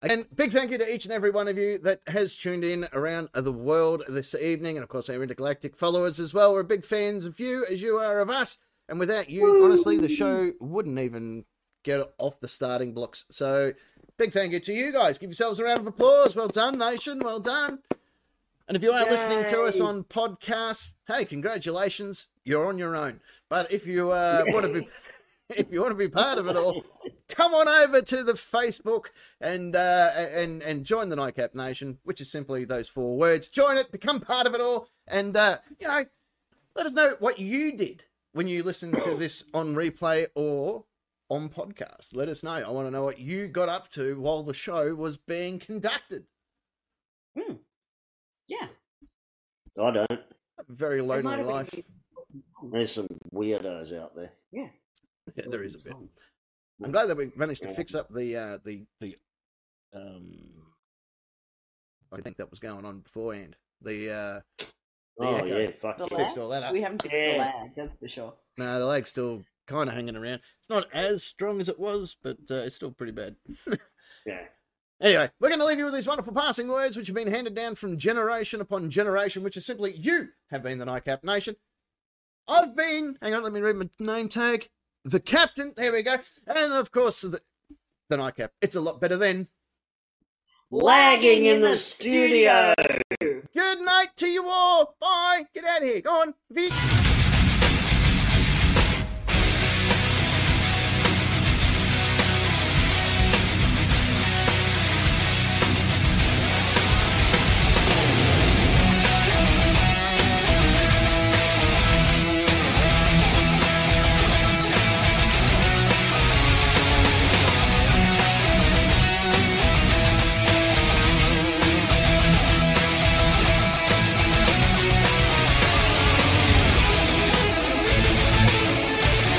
Speaker 2: Again, big thank you to each and every one of you that has tuned in around the world this evening, and of course our intergalactic followers as well. We're big fans of you, as you are of us. And without you, honestly, the show wouldn't even get off the starting blocks. So, big thank you to you guys. Give yourselves a round of applause. Well done, nation. Well done. And if you are listening to us
Speaker 3: Yay.
Speaker 2: on podcasts, hey, congratulations, you're on your own. But if you uh, want to be, if you want to be part of it all, come on over to the Facebook and uh, and and join the Nightcap Nation, which is simply those four words. Join it, become part of it all, and uh, you know, let us know what you did when you listened to this on replay or on podcast. Let us know. I want to know what you got up to while the show was being conducted.
Speaker 4: Yeah.
Speaker 3: I don't.
Speaker 2: Very
Speaker 4: it might
Speaker 2: lonely
Speaker 4: have been
Speaker 2: life.
Speaker 4: you.
Speaker 3: There's some weirdos out there.
Speaker 2: Yeah, there is a bit. I'm glad that we managed to fix up the uh, the the um. I think that was going on beforehand. The uh, The
Speaker 3: Oh,
Speaker 2: echo.
Speaker 3: yeah, fuck
Speaker 4: The
Speaker 3: yeah.
Speaker 4: lag?
Speaker 2: fixed all that up.
Speaker 4: We haven't fixed
Speaker 3: Yeah.
Speaker 4: the lag, that's for sure.
Speaker 2: no, the leg's still kind of hanging around. It's not as strong as it was, but uh, it's still pretty bad.
Speaker 3: Yeah.
Speaker 2: Anyway, we're going to leave you with these wonderful passing words, which have been handed down from generation upon generation, which is simply you have been the NICAP Nation. I've been, hang on, let me read my name tag, the captain. There we go. And of course, the, the NICAP. It's a lot better than.
Speaker 3: Lagging in the studio.
Speaker 2: Good night to you all. Bye. Get out of here. Go on. Vic.